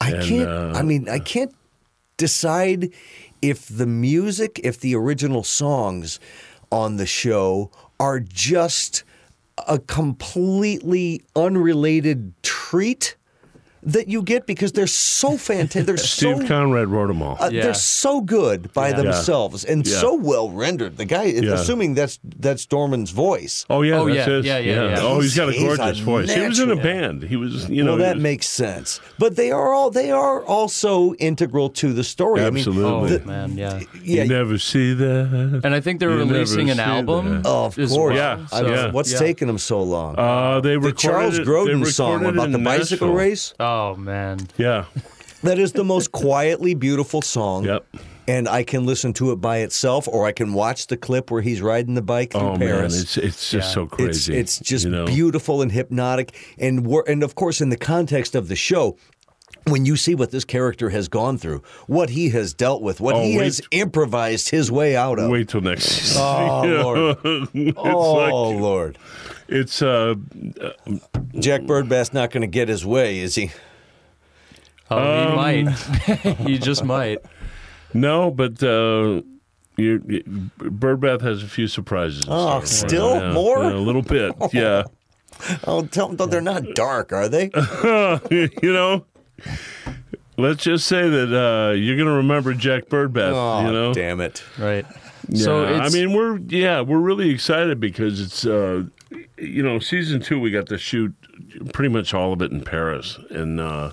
[SPEAKER 3] I
[SPEAKER 2] And,
[SPEAKER 3] can't.
[SPEAKER 2] uh,
[SPEAKER 3] I mean, I can't decide if the music, if the original songs on the show are just a completely unrelated treat that you get because they're so fantastic. They're
[SPEAKER 2] steve
[SPEAKER 3] so.
[SPEAKER 2] conrad wrote them all
[SPEAKER 3] uh,
[SPEAKER 1] Yeah.
[SPEAKER 3] They're so good by
[SPEAKER 1] Yeah.
[SPEAKER 3] themselves and
[SPEAKER 2] Yeah.
[SPEAKER 3] so well rendered. The guy,
[SPEAKER 2] Yeah.
[SPEAKER 3] assuming that's that's Dorman's voice.
[SPEAKER 2] Oh yeah,
[SPEAKER 1] Oh,
[SPEAKER 2] that's
[SPEAKER 1] yeah,
[SPEAKER 2] his.
[SPEAKER 1] yeah, yeah, yeah.
[SPEAKER 2] Oh, he's got a
[SPEAKER 3] He's a
[SPEAKER 2] gorgeous voice. He was in a
[SPEAKER 3] natural.
[SPEAKER 2] band. He was, you know,
[SPEAKER 3] Well, that
[SPEAKER 2] he was-
[SPEAKER 3] makes sense. But they are all they are also integral to the story. I mean,
[SPEAKER 2] Absolutely.
[SPEAKER 1] Oh
[SPEAKER 2] The-
[SPEAKER 1] man, yeah.
[SPEAKER 3] yeah.
[SPEAKER 2] you never see that.
[SPEAKER 1] And I think they're
[SPEAKER 2] You never
[SPEAKER 1] releasing an
[SPEAKER 2] see
[SPEAKER 1] album.
[SPEAKER 2] that.
[SPEAKER 3] oh, of
[SPEAKER 1] as
[SPEAKER 3] course.
[SPEAKER 1] well,
[SPEAKER 2] Yeah,
[SPEAKER 3] I
[SPEAKER 1] so-
[SPEAKER 3] mean,
[SPEAKER 2] yeah.
[SPEAKER 3] What's
[SPEAKER 1] yeah.
[SPEAKER 3] taking them so long?
[SPEAKER 2] Uh, they
[SPEAKER 3] the
[SPEAKER 2] recorded
[SPEAKER 3] Charles
[SPEAKER 2] it- they
[SPEAKER 3] Grodin song
[SPEAKER 2] recorded it
[SPEAKER 3] about
[SPEAKER 2] in
[SPEAKER 3] the bicycle
[SPEAKER 2] Nashville.
[SPEAKER 3] race.
[SPEAKER 1] Oh man.
[SPEAKER 2] Yeah,
[SPEAKER 3] That is the most quietly beautiful song.
[SPEAKER 2] Yep.
[SPEAKER 3] And I can listen to it by itself, or I can watch the clip where he's riding the bike through
[SPEAKER 2] oh man,
[SPEAKER 3] Paris.
[SPEAKER 2] it's it's just
[SPEAKER 1] Yeah.
[SPEAKER 2] so crazy.
[SPEAKER 3] It's, it's just
[SPEAKER 2] you know?
[SPEAKER 3] beautiful and hypnotic, and we and of course in the context of the show. When you see what this character has gone through, what he has dealt with, what
[SPEAKER 2] Oh,
[SPEAKER 3] he
[SPEAKER 2] wait.
[SPEAKER 3] has improvised his way out of.
[SPEAKER 2] Wait till next season.
[SPEAKER 3] Oh,
[SPEAKER 2] You know?
[SPEAKER 3] Lord.
[SPEAKER 2] it's
[SPEAKER 3] oh,
[SPEAKER 2] like,
[SPEAKER 3] Lord.
[SPEAKER 2] it's uh,
[SPEAKER 3] Jack Birdbath's not going to get his way, is he?
[SPEAKER 1] Oh,
[SPEAKER 2] Um,
[SPEAKER 1] you might. you just might.
[SPEAKER 2] no, but uh, you, you, Birdbath has a few surprises. in
[SPEAKER 3] Oh,
[SPEAKER 2] store.
[SPEAKER 3] still
[SPEAKER 2] Yeah,
[SPEAKER 3] more?
[SPEAKER 2] yeah, a little bit, yeah.
[SPEAKER 3] Oh, tell them they're not dark, are they?
[SPEAKER 2] you know, let's just say that uh, you're gonna remember Jack Birdbath.
[SPEAKER 3] Oh,
[SPEAKER 2] you know,
[SPEAKER 3] damn it.
[SPEAKER 1] Right.
[SPEAKER 2] Yeah,
[SPEAKER 1] So it's,
[SPEAKER 2] I mean, we're yeah, we're really excited because it's uh, you know, season two we got to shoot pretty much all of it in Paris, and uh,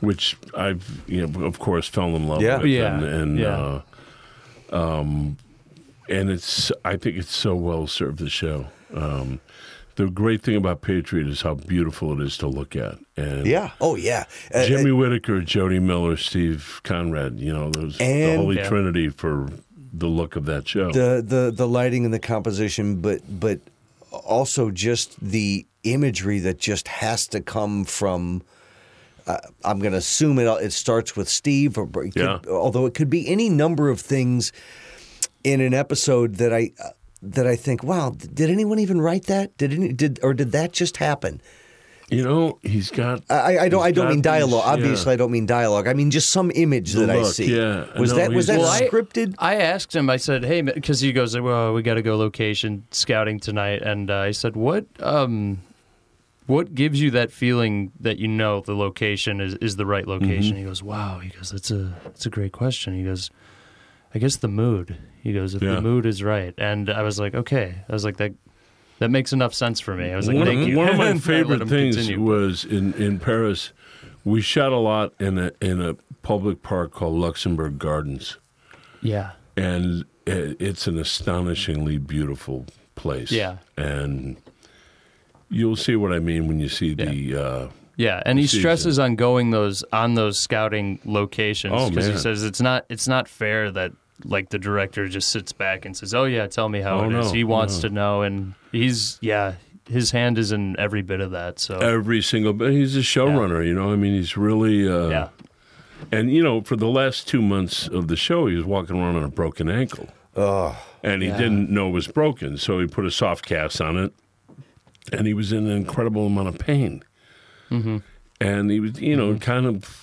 [SPEAKER 2] which I've you know, of course, fell in love
[SPEAKER 3] Yeah.
[SPEAKER 2] with,
[SPEAKER 1] Yeah,
[SPEAKER 2] and, and
[SPEAKER 1] yeah.
[SPEAKER 2] Uh, um, and it's I think it's so well served the show. Um, the great thing about Patriot is how beautiful it is to look at, and
[SPEAKER 3] Yeah. Oh, yeah. Uh,
[SPEAKER 2] Jimmy Whitaker, Jody Miller, Steve Conrad, you know, those the
[SPEAKER 3] And-
[SPEAKER 2] holy
[SPEAKER 1] Yeah.
[SPEAKER 2] trinity for the look of that show.
[SPEAKER 3] the the the lighting and the composition, but but also just the imagery that just has to come from. Uh, I'm going to assume it. It starts with Steve, or it could,
[SPEAKER 2] Yeah.
[SPEAKER 3] although it could be any number of things in an episode that I uh, that I think, wow, did anyone even write that? Did any, did or did that just happen?
[SPEAKER 2] you know, he's got
[SPEAKER 3] I, I don't. I
[SPEAKER 2] he's
[SPEAKER 3] don't
[SPEAKER 2] got
[SPEAKER 3] mean
[SPEAKER 2] these-
[SPEAKER 3] dialogue.
[SPEAKER 2] yeah.
[SPEAKER 3] Obviously, I don't mean dialogue. I mean just some image
[SPEAKER 2] The
[SPEAKER 3] that I
[SPEAKER 2] look,
[SPEAKER 3] see.
[SPEAKER 2] yeah.
[SPEAKER 3] Was
[SPEAKER 2] No,
[SPEAKER 3] that was
[SPEAKER 2] he's-
[SPEAKER 3] that
[SPEAKER 2] Well, I-
[SPEAKER 3] scripted?
[SPEAKER 1] I asked him. I said, "Hey," because he goes, "Well, we got to go location scouting tonight." And uh, I said, "What, um, what gives you that feeling that you know the location is, is the right
[SPEAKER 2] Mm-hmm.
[SPEAKER 1] location?" He goes, "Wow." He goes, "That's a that's a great question." He goes, "I guess the mood." He goes, "If
[SPEAKER 2] Yeah.
[SPEAKER 1] the mood is right," and I was like, "Okay." I was like, "That that makes enough sense for me." I was like,
[SPEAKER 2] one,
[SPEAKER 1] "Thank
[SPEAKER 2] of,
[SPEAKER 1] you."
[SPEAKER 2] one of
[SPEAKER 1] And I
[SPEAKER 2] my
[SPEAKER 1] let
[SPEAKER 2] favorite
[SPEAKER 1] him
[SPEAKER 2] things
[SPEAKER 1] continue.
[SPEAKER 2] was in, in Paris. We shot a lot in a in a public park called Luxembourg Gardens,
[SPEAKER 1] Yeah.
[SPEAKER 2] and i- it's an astonishingly beautiful place.
[SPEAKER 1] Yeah.
[SPEAKER 2] and you'll see what I mean when you see the. Uh,
[SPEAKER 1] Yeah, and he
[SPEAKER 2] season.
[SPEAKER 1] stresses on going those on those scouting locations
[SPEAKER 2] Oh,
[SPEAKER 1] because he
[SPEAKER 2] man.
[SPEAKER 1] says it's not it's not fair that like the director just sits back and says, "Oh yeah, tell me how
[SPEAKER 2] Oh,
[SPEAKER 1] it is."
[SPEAKER 2] no,
[SPEAKER 1] He wants
[SPEAKER 2] no.
[SPEAKER 1] to know, and he's yeah, his hand is in every bit of that. So
[SPEAKER 2] Every single, but he's a showrunner, you know. I mean, he's really, uh,
[SPEAKER 1] yeah,
[SPEAKER 2] And you know, for the last two months of the show, he was walking around on a broken ankle. and he didn't know it was broken, so he put a soft cast on it, and he was in an incredible amount of pain.
[SPEAKER 1] Mm-hmm.
[SPEAKER 2] And he was, you know, kind of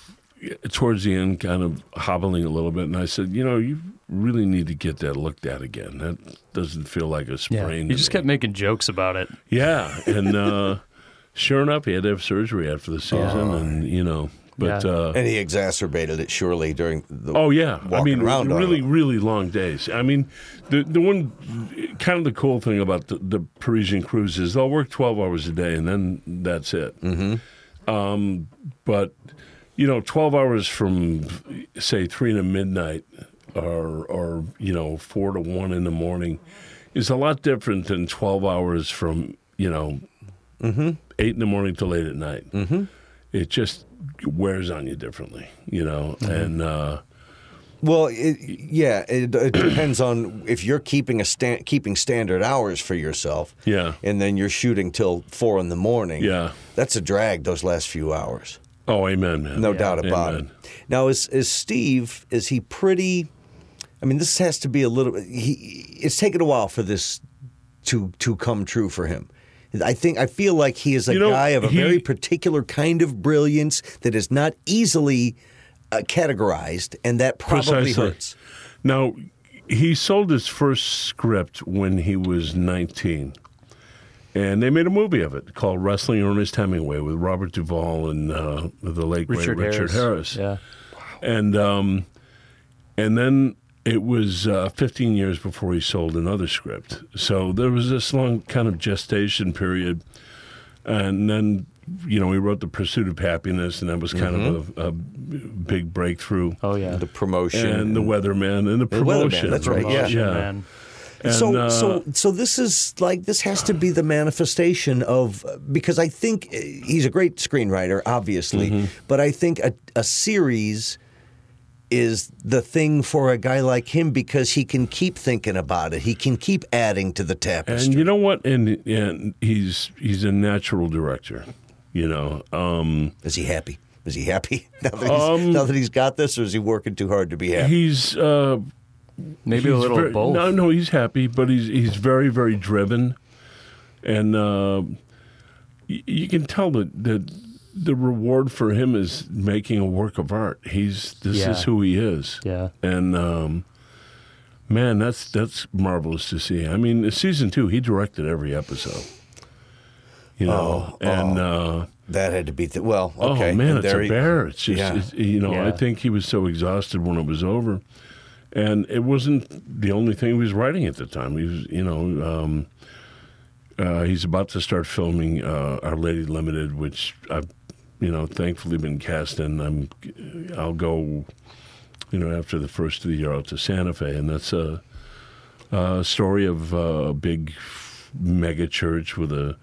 [SPEAKER 2] towards the end, kind of hobbling a little bit. And I said, you know, you really need to get that looked at again. That doesn't feel like a sprain.
[SPEAKER 1] yeah. He
[SPEAKER 2] to
[SPEAKER 1] just
[SPEAKER 2] me."
[SPEAKER 1] kept making jokes about it.
[SPEAKER 2] Yeah, and uh, sure enough, he had to have surgery after the season, and you know, but.
[SPEAKER 1] Yeah.
[SPEAKER 2] Uh,
[SPEAKER 3] And he exacerbated it surely during the.
[SPEAKER 2] Oh yeah, I
[SPEAKER 3] walking
[SPEAKER 2] mean,
[SPEAKER 3] around on
[SPEAKER 2] really,
[SPEAKER 3] it.
[SPEAKER 2] really long days. I mean, the the one kind of the cool thing about the, the Parisian cruise is they'll work twelve hours a day and then that's it. Mm-hmm. Um, but you know, twelve hours from say three to midnight, or or you know four to one in the morning, is a lot different than twelve hours from you know
[SPEAKER 3] Mm-hmm.
[SPEAKER 2] eight in the morning to late at night. Mm-hmm. It just wears on you differently, you know,
[SPEAKER 3] Mm-hmm.
[SPEAKER 2] and. uh
[SPEAKER 3] Well, it, yeah, it, it depends on if you're keeping a stand, keeping standard hours for yourself.
[SPEAKER 2] Yeah.
[SPEAKER 3] and then you're shooting till four in the morning.
[SPEAKER 2] Yeah.
[SPEAKER 3] that's a drag those last few hours.
[SPEAKER 2] Oh, amen, man.
[SPEAKER 3] No doubt about
[SPEAKER 2] Amen.
[SPEAKER 3] it. Now, is is Steve? Is he pretty? I mean, this has to be a little. He it's taken a while for this to to come true for him. I think I feel like he is a
[SPEAKER 2] You know,
[SPEAKER 3] guy of a
[SPEAKER 2] he-
[SPEAKER 3] very particular kind of brilliance that is not easily uh, categorized, and that probably
[SPEAKER 2] Precisely.
[SPEAKER 3] hurts.
[SPEAKER 2] Now, he sold his first script when he was 19. And they made a movie of it called Wrestling Ernest Hemingway with Robert Duvall and uh, the late great
[SPEAKER 1] Richard,
[SPEAKER 2] Richard Harris.
[SPEAKER 1] Yeah,
[SPEAKER 2] And um, and then it was uh, 15 years before he sold another script. So there was this long kind of gestation period. And then, you know, he wrote The Pursuit of Happiness, and that was kind of a, a big breakthrough.
[SPEAKER 1] oh yeah.
[SPEAKER 3] The promotion.
[SPEAKER 2] and the weatherman and the
[SPEAKER 3] The weatherman,
[SPEAKER 2] promotion.
[SPEAKER 3] that's right,
[SPEAKER 2] Yeah,
[SPEAKER 3] yeah.
[SPEAKER 1] Promotion, man.
[SPEAKER 2] And,
[SPEAKER 3] so,
[SPEAKER 2] uh,
[SPEAKER 3] so, so this is like this has to be the manifestation of because I think uh, he's a great screenwriter, obviously, but I think a, a series is the thing for a guy like him because he can keep thinking about it. He can keep adding to the tapestry.
[SPEAKER 2] and you know what? And and he's he's a natural director. You know, um,
[SPEAKER 3] is he happy? Is he happy now that, he's, now that he's got this, or is he working too hard to be happy?
[SPEAKER 2] he's uh,
[SPEAKER 1] Maybe a
[SPEAKER 2] he's
[SPEAKER 1] little
[SPEAKER 2] very-
[SPEAKER 1] of both.
[SPEAKER 2] No, no, he's happy, but he's he's very very driven, and uh, y- you can tell that that the reward for him is making a work of art. He's this
[SPEAKER 1] Yeah.
[SPEAKER 2] is who he is.
[SPEAKER 1] Yeah.
[SPEAKER 2] and um, man, that's that's marvelous to see. I mean, in season two, he directed every episode. You know, and uh,
[SPEAKER 3] that had to be the, well.
[SPEAKER 2] oh
[SPEAKER 3] Oh, Okay,
[SPEAKER 2] man,
[SPEAKER 3] and
[SPEAKER 2] it's
[SPEAKER 3] there
[SPEAKER 2] a
[SPEAKER 3] he-
[SPEAKER 2] bear. It's just
[SPEAKER 3] Yeah.
[SPEAKER 2] it's- you know, I
[SPEAKER 1] Yeah.
[SPEAKER 2] think he was so exhausted when it was over, and it wasn't the only thing he was writing at the time. He was, you know. Um, uh, he's about to start filming uh, Our Lady Limited, which I've, you know, thankfully been cast in. I'm, I'll go, you know, after the first of the year out to Santa Fe, and that's a, a story of uh, a big mega church with a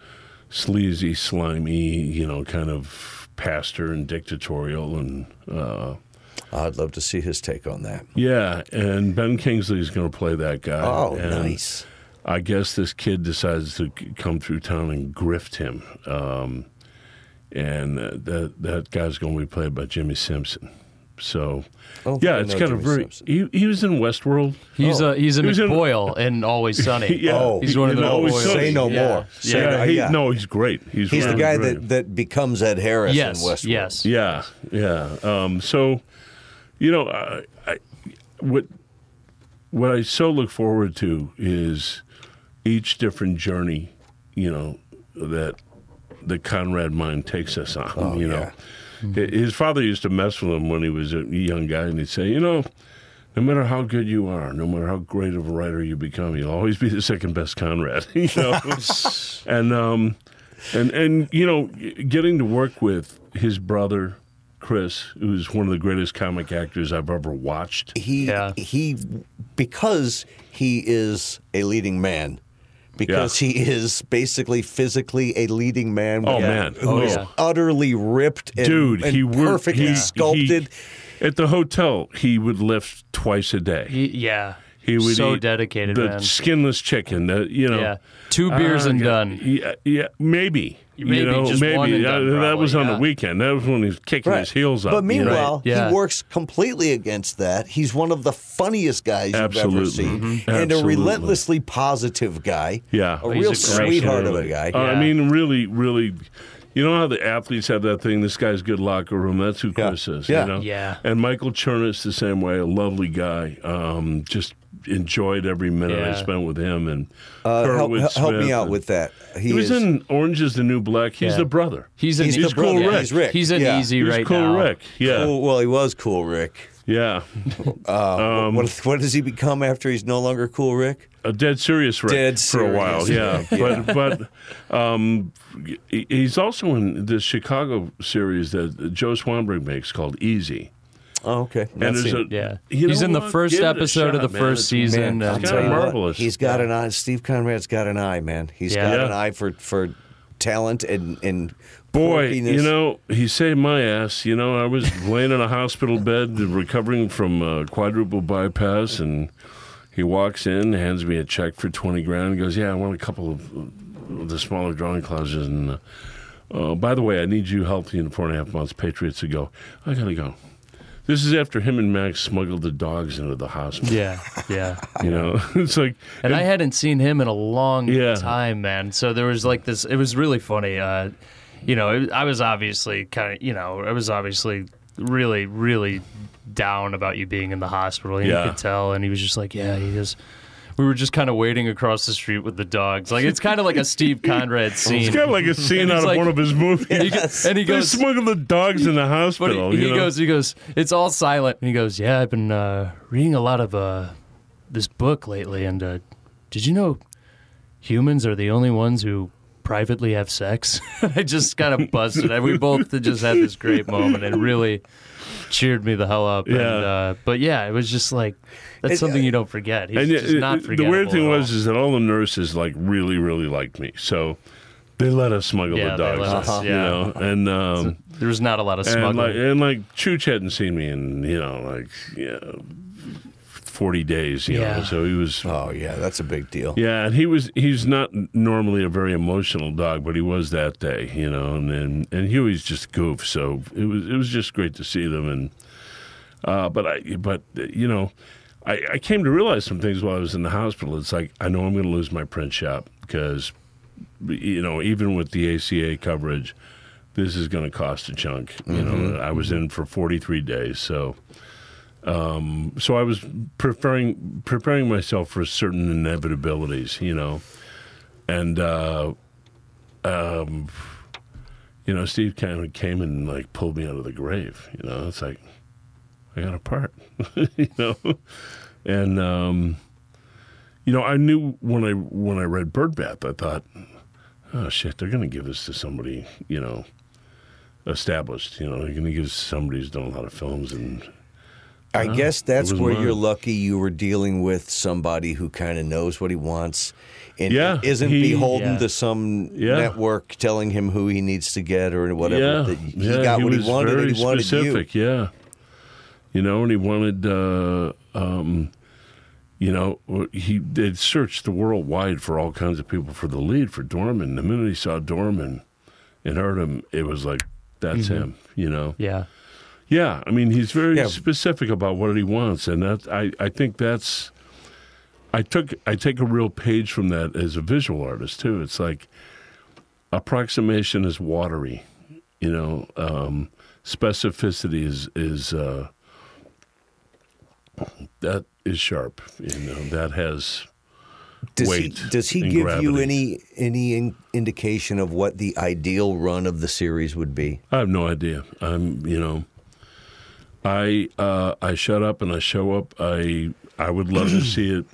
[SPEAKER 2] sleazy, slimy, you know, kind of pastor and dictatorial, and uh,
[SPEAKER 3] I'd love to see his take on that.
[SPEAKER 2] yeah, and Ben Kingsley's going to play that guy.
[SPEAKER 3] Oh,
[SPEAKER 2] and
[SPEAKER 3] nice.
[SPEAKER 2] I guess this kid decides to c- come through town and grift him, um, and uh, that that guy's going to be played by Jimmy Simpson. So,
[SPEAKER 3] don't think
[SPEAKER 2] yeah,
[SPEAKER 3] Oh, I
[SPEAKER 2] it's
[SPEAKER 3] know
[SPEAKER 2] kind of
[SPEAKER 3] Jimmy
[SPEAKER 2] very.
[SPEAKER 3] Simpson.
[SPEAKER 2] He, he was in Westworld.
[SPEAKER 1] He's a he's a
[SPEAKER 2] He was in-
[SPEAKER 1] McBoyle in Always Sunny.
[SPEAKER 2] Yeah.
[SPEAKER 3] Oh,
[SPEAKER 1] he's one of
[SPEAKER 2] in
[SPEAKER 1] the
[SPEAKER 2] Always
[SPEAKER 1] McBoyles.
[SPEAKER 2] Sunny.
[SPEAKER 3] Say no
[SPEAKER 1] Yeah.
[SPEAKER 3] more. Say
[SPEAKER 1] Yeah.
[SPEAKER 3] no-
[SPEAKER 2] yeah, he,
[SPEAKER 3] yeah.
[SPEAKER 2] no, he's great. He's
[SPEAKER 3] He's the
[SPEAKER 2] really
[SPEAKER 3] guy
[SPEAKER 2] great.
[SPEAKER 3] that, that becomes Ed Harris
[SPEAKER 1] Yes,
[SPEAKER 3] in Westworld.
[SPEAKER 1] yes.
[SPEAKER 2] Yeah, yeah. Um, so, you know, I, I, what what I so look forward to is each different journey, you know, that the Conrad mind takes us on. you know, Hi- his father used to mess with him when he was a young guy, and he'd say, you know. No matter how good you are, no matter how great of a writer you become, you'll always be the second best Conrad. You know, and um, and and you know, getting to work with his brother Chris, who's one of the greatest comic actors I've ever watched.
[SPEAKER 3] He
[SPEAKER 1] Yeah.
[SPEAKER 3] he because he is a leading man. Because he is basically physically a leading man.
[SPEAKER 2] Oh
[SPEAKER 3] with-
[SPEAKER 2] man,
[SPEAKER 3] who
[SPEAKER 1] Oh,
[SPEAKER 3] is
[SPEAKER 1] yeah.
[SPEAKER 3] utterly ripped and,
[SPEAKER 2] Dude,
[SPEAKER 3] and
[SPEAKER 2] he wor-
[SPEAKER 3] perfectly
[SPEAKER 2] he- he-
[SPEAKER 3] sculpted.
[SPEAKER 2] At the hotel, he would lift twice a day.
[SPEAKER 1] He, yeah.
[SPEAKER 2] He would
[SPEAKER 1] so
[SPEAKER 2] eat
[SPEAKER 1] dedicated,
[SPEAKER 2] the
[SPEAKER 1] man.
[SPEAKER 2] skinless chicken. The, you know,
[SPEAKER 1] Yeah. Two beers
[SPEAKER 2] Uh,
[SPEAKER 1] and
[SPEAKER 2] yeah,
[SPEAKER 1] done.
[SPEAKER 2] Yeah, yeah, maybe.
[SPEAKER 1] Maybe
[SPEAKER 2] you know,
[SPEAKER 1] just
[SPEAKER 2] maybe
[SPEAKER 1] one and
[SPEAKER 2] Uh,
[SPEAKER 1] done,
[SPEAKER 2] that was on
[SPEAKER 1] probably,
[SPEAKER 2] the
[SPEAKER 1] yeah.
[SPEAKER 2] weekend. That was when he was kicking his heels up.
[SPEAKER 3] But
[SPEAKER 2] you know?
[SPEAKER 3] meanwhile,
[SPEAKER 1] Yeah.
[SPEAKER 3] he works completely against that. He's one of the funniest guys you've ever
[SPEAKER 2] Absolutely.
[SPEAKER 3] seen,
[SPEAKER 2] Mhm.
[SPEAKER 3] and a
[SPEAKER 2] Absolutely.
[SPEAKER 3] relentlessly positive guy.
[SPEAKER 2] yeah,
[SPEAKER 3] a
[SPEAKER 1] Oh, he's
[SPEAKER 3] real
[SPEAKER 1] a great
[SPEAKER 3] sweetheart of a
[SPEAKER 2] Absolutely.
[SPEAKER 3] guy.
[SPEAKER 2] Uh, I
[SPEAKER 1] Yeah.
[SPEAKER 2] mean, really, really. You know how the athletes have that thing? This guy's good locker room. That's who
[SPEAKER 3] Yeah.
[SPEAKER 2] Chris is.
[SPEAKER 3] Yeah.
[SPEAKER 2] You know?
[SPEAKER 1] Yeah.
[SPEAKER 2] And Michael Chernus the same way. A lovely guy. Um, just enjoyed every minute I
[SPEAKER 1] Yeah.
[SPEAKER 2] spent with him. And
[SPEAKER 3] Uh, help,
[SPEAKER 2] Kerwood
[SPEAKER 3] help- help
[SPEAKER 2] Smith
[SPEAKER 3] me out
[SPEAKER 2] and-
[SPEAKER 3] with that. He,
[SPEAKER 2] He was
[SPEAKER 3] is,
[SPEAKER 2] in Orange Is the New Black. He's
[SPEAKER 1] Yeah.
[SPEAKER 2] the brother.
[SPEAKER 1] He's an
[SPEAKER 3] He's
[SPEAKER 1] he's
[SPEAKER 3] the brother.
[SPEAKER 1] cool Rick.
[SPEAKER 3] He's Rick.
[SPEAKER 1] an
[SPEAKER 3] Yeah.
[SPEAKER 1] easy
[SPEAKER 2] He's
[SPEAKER 1] right
[SPEAKER 2] cool
[SPEAKER 1] now.
[SPEAKER 2] Rick. Yeah,
[SPEAKER 3] Cool- well, he was cool, Rick.
[SPEAKER 2] yeah. Um,
[SPEAKER 3] Uh, what, what does he become after he's no longer cool, Rick?
[SPEAKER 2] A dead serious Rick
[SPEAKER 3] Dead
[SPEAKER 2] for a while. Yeah,
[SPEAKER 3] serious
[SPEAKER 2] but but um, he- he's also in this Chicago series that Joe Swanberg makes called Easy.
[SPEAKER 3] Oh, okay.
[SPEAKER 2] And
[SPEAKER 3] That's
[SPEAKER 2] there's
[SPEAKER 3] it.
[SPEAKER 2] a-
[SPEAKER 1] Yeah.
[SPEAKER 2] you
[SPEAKER 1] he's
[SPEAKER 2] know
[SPEAKER 1] in the
[SPEAKER 2] what?
[SPEAKER 1] first
[SPEAKER 2] Give it a
[SPEAKER 1] episode of
[SPEAKER 2] shot,
[SPEAKER 1] the
[SPEAKER 2] man.
[SPEAKER 1] first
[SPEAKER 2] It's-
[SPEAKER 1] season.
[SPEAKER 3] Man, I'll
[SPEAKER 1] and,
[SPEAKER 2] it's
[SPEAKER 3] tell you
[SPEAKER 1] uh,
[SPEAKER 3] what,
[SPEAKER 2] marvelous.
[SPEAKER 3] he's got an eye. Steve Conrad's got an eye, man. He's
[SPEAKER 1] Yeah.
[SPEAKER 3] got
[SPEAKER 1] Yeah.
[SPEAKER 3] an eye for for talent and and
[SPEAKER 2] Boy, you
[SPEAKER 3] quirkiness.
[SPEAKER 2] know, he saved my ass. You know, I was laying in a hospital bed recovering from uh, quadruple bypass, and he walks in, hands me a check for 20 grand, and goes, Yeah, I want a couple of uh, the smaller drawing clauses. And uh, uh, by the way, I need you healthy in four and a half months. Patriots to go. I got to go. This is after him and Max smuggled the dogs into the hospital.
[SPEAKER 1] yeah, yeah.
[SPEAKER 2] You know, it's like,
[SPEAKER 1] And I hadn't seen him in a long
[SPEAKER 2] Yeah.
[SPEAKER 1] time, man. So there was like this. It was really funny. Uh, you know, it, I was obviously kind of, you know, I was obviously really, really down about you being in the hospital. And
[SPEAKER 2] Yeah.
[SPEAKER 1] You could tell. And he was just like, yeah, he just. We were just kind of waiting across the street with the dogs. Like it's kind of like a Steve Conrad scene.
[SPEAKER 2] it's kind of like a scene
[SPEAKER 1] And
[SPEAKER 2] out
[SPEAKER 1] it's
[SPEAKER 2] of
[SPEAKER 1] like-
[SPEAKER 2] one of his movies.
[SPEAKER 1] He go- and he goes,
[SPEAKER 2] they smuggled the dogs in the
[SPEAKER 1] But
[SPEAKER 2] hospital.
[SPEAKER 1] he,
[SPEAKER 2] you
[SPEAKER 1] he
[SPEAKER 2] know?
[SPEAKER 1] goes, he goes, it's all silent. And he goes, yeah, I've been uh, reading a lot of uh, this book lately. And uh, did you know humans are the only ones who privately have sex? I just kind of busted. And we both just had this great moment. It really cheered me the hell up. And,
[SPEAKER 2] Yeah. uh,
[SPEAKER 1] uh, but yeah, it was just like, that's something you don't forget. He's
[SPEAKER 2] And
[SPEAKER 1] just
[SPEAKER 2] it-
[SPEAKER 1] not
[SPEAKER 2] it- the weird
[SPEAKER 1] forgettable
[SPEAKER 2] thing
[SPEAKER 1] at all.
[SPEAKER 2] was is that all the nurses like really really liked me, so they let us smuggle
[SPEAKER 1] Yeah,
[SPEAKER 2] the
[SPEAKER 1] they
[SPEAKER 2] dogs,
[SPEAKER 1] let us,
[SPEAKER 2] you
[SPEAKER 1] yeah.
[SPEAKER 2] know, and um,
[SPEAKER 1] there was not a lot of
[SPEAKER 2] and
[SPEAKER 1] smuggling.
[SPEAKER 2] like and like Chooch hadn't seen me in you know like yeah, forty days, you know,
[SPEAKER 1] Yeah.
[SPEAKER 2] so he was.
[SPEAKER 3] Oh yeah, that's a big deal.
[SPEAKER 2] Yeah, and he was—he's not normally a very emotional dog, but he was that day, you know. And and, and Huey's just a goof, so it was—it was just great to see them. And uh, but I, but you know, I, I came to realize some things while I was in the hospital. It's like I know I'm going to lose my print shop because, you know, even with the ACA coverage, this is going to cost a chunk. You know, I was in for 43 days, so. Um, so I was preparing preparing myself for certain inevitabilities, you know, and uh, um, you know, Steve kind of came and like pulled me out of the grave. You know, it's like I got a part, you know, and um, you know, I knew when I when I read Birdbath, I thought, oh shit, they're gonna give this to somebody, you know, established. You know, they're gonna give this to somebody who's done a lot of films and.
[SPEAKER 3] I guess that's
[SPEAKER 2] was
[SPEAKER 3] where
[SPEAKER 2] mine.
[SPEAKER 3] you're lucky you were dealing with somebody who kind of knows what he wants and
[SPEAKER 2] Yeah,
[SPEAKER 3] isn't
[SPEAKER 2] he-
[SPEAKER 3] beholden
[SPEAKER 1] Yeah.
[SPEAKER 3] to some
[SPEAKER 2] Yeah.
[SPEAKER 3] network telling him who he needs to get or whatever. that he
[SPEAKER 2] yeah,
[SPEAKER 3] got what he
[SPEAKER 2] was
[SPEAKER 3] wanted
[SPEAKER 2] Very
[SPEAKER 3] and he wanted
[SPEAKER 2] specific, yeah. You know, and he wanted, uh, um, you know, he they'd searched the world wide for all kinds of people for the lead for Dorman. The minute he saw Dorman and heard him, it was like
[SPEAKER 3] Mm-hmm.
[SPEAKER 2] that's him. You know,
[SPEAKER 1] yeah.
[SPEAKER 2] yeah, I mean, he's very
[SPEAKER 3] Yeah.
[SPEAKER 2] specific about what he wants, and that I, I think that's I took I take a real page from that as a visual artist too. It's like approximation is watery, you know. Um, specificity is is uh, that is sharp, you know. That has
[SPEAKER 3] you. Does
[SPEAKER 2] weight
[SPEAKER 3] he, does he
[SPEAKER 2] and
[SPEAKER 3] give you
[SPEAKER 2] gravity.
[SPEAKER 3] any any in, indication of what the ideal run of the series would be?
[SPEAKER 2] I have no idea. I'm, you know, I uh, I shut up and I show up. I I would love to see it.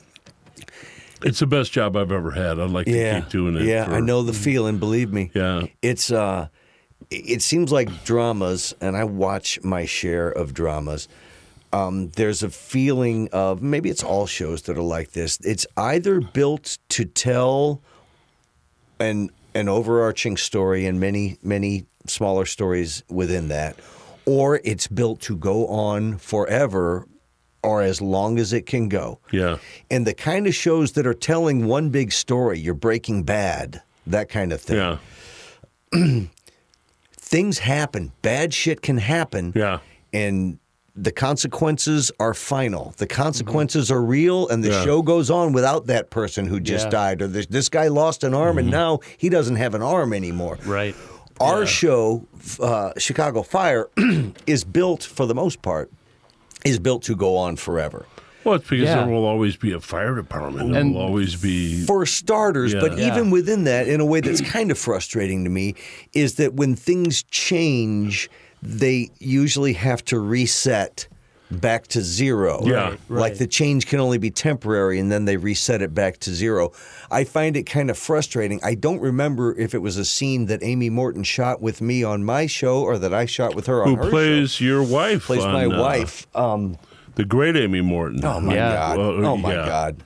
[SPEAKER 2] It's the best job I've ever had. I'd like to keep doing it.
[SPEAKER 3] Yeah, I
[SPEAKER 2] for-
[SPEAKER 3] know the feeling. Believe me.
[SPEAKER 2] Yeah,
[SPEAKER 3] it's uh it seems like dramas and i watch my share of dramas um, there's a feeling of maybe it's all shows that are like this it's either built to tell an an overarching story and many many smaller stories within that or it's built to go on forever or as long as it can go.
[SPEAKER 2] Yeah.
[SPEAKER 3] And the kind of shows that are telling one big story, you're breaking bad, that kind of thing.
[SPEAKER 2] Yeah.
[SPEAKER 3] Things happen, bad shit can happen.
[SPEAKER 2] Yeah.
[SPEAKER 3] And the consequences are final. The consequences are real, and the
[SPEAKER 2] Mm-hmm. Yeah.
[SPEAKER 3] show goes on without that person who just
[SPEAKER 1] Yeah.
[SPEAKER 3] died, or this, this guy lost an arm and
[SPEAKER 2] Mm-hmm.
[SPEAKER 3] now he doesn't have an arm anymore.
[SPEAKER 1] Right.
[SPEAKER 3] Our show, uh, Chicago Fire, is built for the most part, is built to go on forever.
[SPEAKER 2] Well, it's because
[SPEAKER 1] Yeah.
[SPEAKER 2] there will always be a fire department. There
[SPEAKER 1] And-
[SPEAKER 2] will always be.
[SPEAKER 3] for starters,
[SPEAKER 2] Yeah.
[SPEAKER 3] but
[SPEAKER 1] Yeah.
[SPEAKER 3] even within that, in a way that's kind of frustrating to me, is that when things change, they usually have to reset back to zero.
[SPEAKER 2] Yeah. Right,
[SPEAKER 1] right.
[SPEAKER 3] Like the change can only be temporary and then they reset it back to zero. I find it kind of frustrating. I don't remember if it was a scene that Amy Morton shot with me on my show or that I shot with her on
[SPEAKER 2] Who
[SPEAKER 3] her
[SPEAKER 2] plays
[SPEAKER 3] show.
[SPEAKER 2] your wife?
[SPEAKER 3] Plays my
[SPEAKER 2] on, uh,
[SPEAKER 3] wife. Um,
[SPEAKER 2] the great Amy Morton.
[SPEAKER 3] Oh my
[SPEAKER 1] Yeah.
[SPEAKER 3] god!
[SPEAKER 2] Well,
[SPEAKER 3] oh my
[SPEAKER 2] yeah.
[SPEAKER 3] god!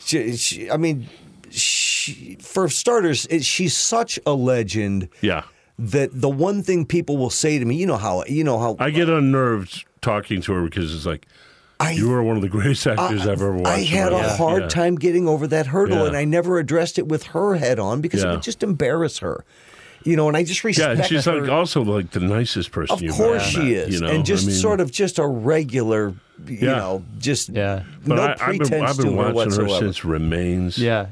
[SPEAKER 3] She, she, I mean, she, for starters, it, she's such a legend
[SPEAKER 2] Yeah,
[SPEAKER 3] that the one thing people will say to me, you know how, you know how,
[SPEAKER 2] I get unnerved talking to her because it's like
[SPEAKER 3] I-
[SPEAKER 2] you are one of the greatest actors I've ever watched.
[SPEAKER 3] I
[SPEAKER 2] in
[SPEAKER 3] had
[SPEAKER 2] my
[SPEAKER 3] a
[SPEAKER 2] life.
[SPEAKER 3] hard
[SPEAKER 2] Yeah.
[SPEAKER 3] time getting over that hurdle,
[SPEAKER 2] Yeah.
[SPEAKER 3] and I never addressed it with her head on because it
[SPEAKER 2] Yeah.
[SPEAKER 3] would just embarrass her, you know. And I just
[SPEAKER 2] Yeah,
[SPEAKER 3] respect.
[SPEAKER 2] and she's
[SPEAKER 3] her.
[SPEAKER 2] like also like the nicest person.
[SPEAKER 3] Of
[SPEAKER 2] you've
[SPEAKER 3] course
[SPEAKER 2] ever
[SPEAKER 3] she
[SPEAKER 2] met,
[SPEAKER 3] is,
[SPEAKER 2] you know?
[SPEAKER 3] and just
[SPEAKER 2] I mean,
[SPEAKER 3] sort of just a regular, you
[SPEAKER 2] Yeah.
[SPEAKER 3] know, just
[SPEAKER 1] Yeah.
[SPEAKER 2] But
[SPEAKER 3] no
[SPEAKER 2] I, I've
[SPEAKER 3] pretense
[SPEAKER 2] been, I've
[SPEAKER 3] to
[SPEAKER 2] been
[SPEAKER 3] her
[SPEAKER 2] watching her,
[SPEAKER 3] whatsoever.
[SPEAKER 2] since Remains.
[SPEAKER 1] Yeah.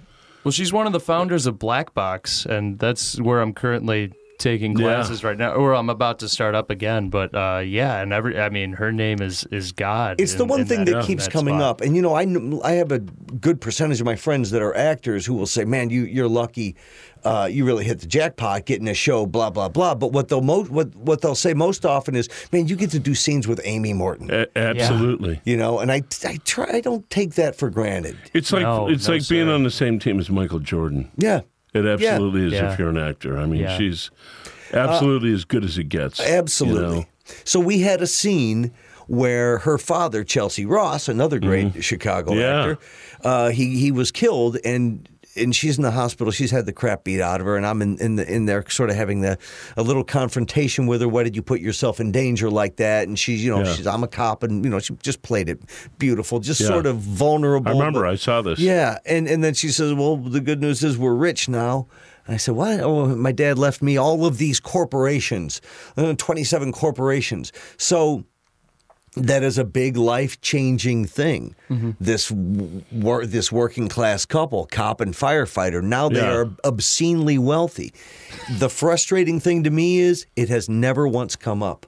[SPEAKER 1] Well, she's one of the founders of Black Box, and that's where I'm currently taking
[SPEAKER 2] Yeah.
[SPEAKER 1] classes right now, or I'm about to start up again. But uh, yeah, and every, I mean, her name is is God.
[SPEAKER 3] It's the
[SPEAKER 1] in-
[SPEAKER 3] one
[SPEAKER 1] in
[SPEAKER 3] thing that
[SPEAKER 1] in
[SPEAKER 3] keeps coming
[SPEAKER 1] spot.
[SPEAKER 3] up, and you know, I kn- I have a good percentage of my friends that are actors who will say, "Man, you you're lucky, uh, you really hit the jackpot getting a show." Blah blah blah. But what they'll mo- what what they'll say most often is, "Man, you get to do scenes with Amy Morton,"
[SPEAKER 2] A- absolutely.
[SPEAKER 3] you know. And I I try I don't take that for granted.
[SPEAKER 2] It's like
[SPEAKER 1] No,
[SPEAKER 2] it's
[SPEAKER 1] no,
[SPEAKER 2] like being
[SPEAKER 1] sir.
[SPEAKER 2] on the same team as Michael Jordan.
[SPEAKER 3] Yeah,
[SPEAKER 2] It absolutely is
[SPEAKER 1] Yeah.
[SPEAKER 2] if you're an actor. I mean,
[SPEAKER 1] Yeah.
[SPEAKER 2] she's absolutely as good as it gets. you know?
[SPEAKER 3] absolutely. So we had a scene. Where her father, Chelsea Ross, another great Chicago
[SPEAKER 2] Mm-hmm. Yeah.
[SPEAKER 3] actor, uh, he he was killed, and and she's in the hospital. She's had the crap beat out of her, and I'm in in, the, in there sort of having the a little confrontation with her. Why did you put yourself in danger like that? And she's you know
[SPEAKER 2] Yeah.
[SPEAKER 3] she's I'm a cop, and you know she just played it beautiful, just
[SPEAKER 2] Yeah.
[SPEAKER 3] sort of vulnerable.
[SPEAKER 2] I remember
[SPEAKER 3] but-
[SPEAKER 2] I saw this.
[SPEAKER 3] yeah, and and then she says, "Well, the good news is we're rich now." And I said, "What? Oh, my dad left me all of these corporations, uh, twenty-seven corporations." So that is a big life-changing thing.
[SPEAKER 2] Mm-hmm.
[SPEAKER 3] This w- wor- this working-class couple, cop and firefighter, now they
[SPEAKER 2] Yeah.
[SPEAKER 3] are obscenely wealthy. The frustrating thing to me is it has never once come up.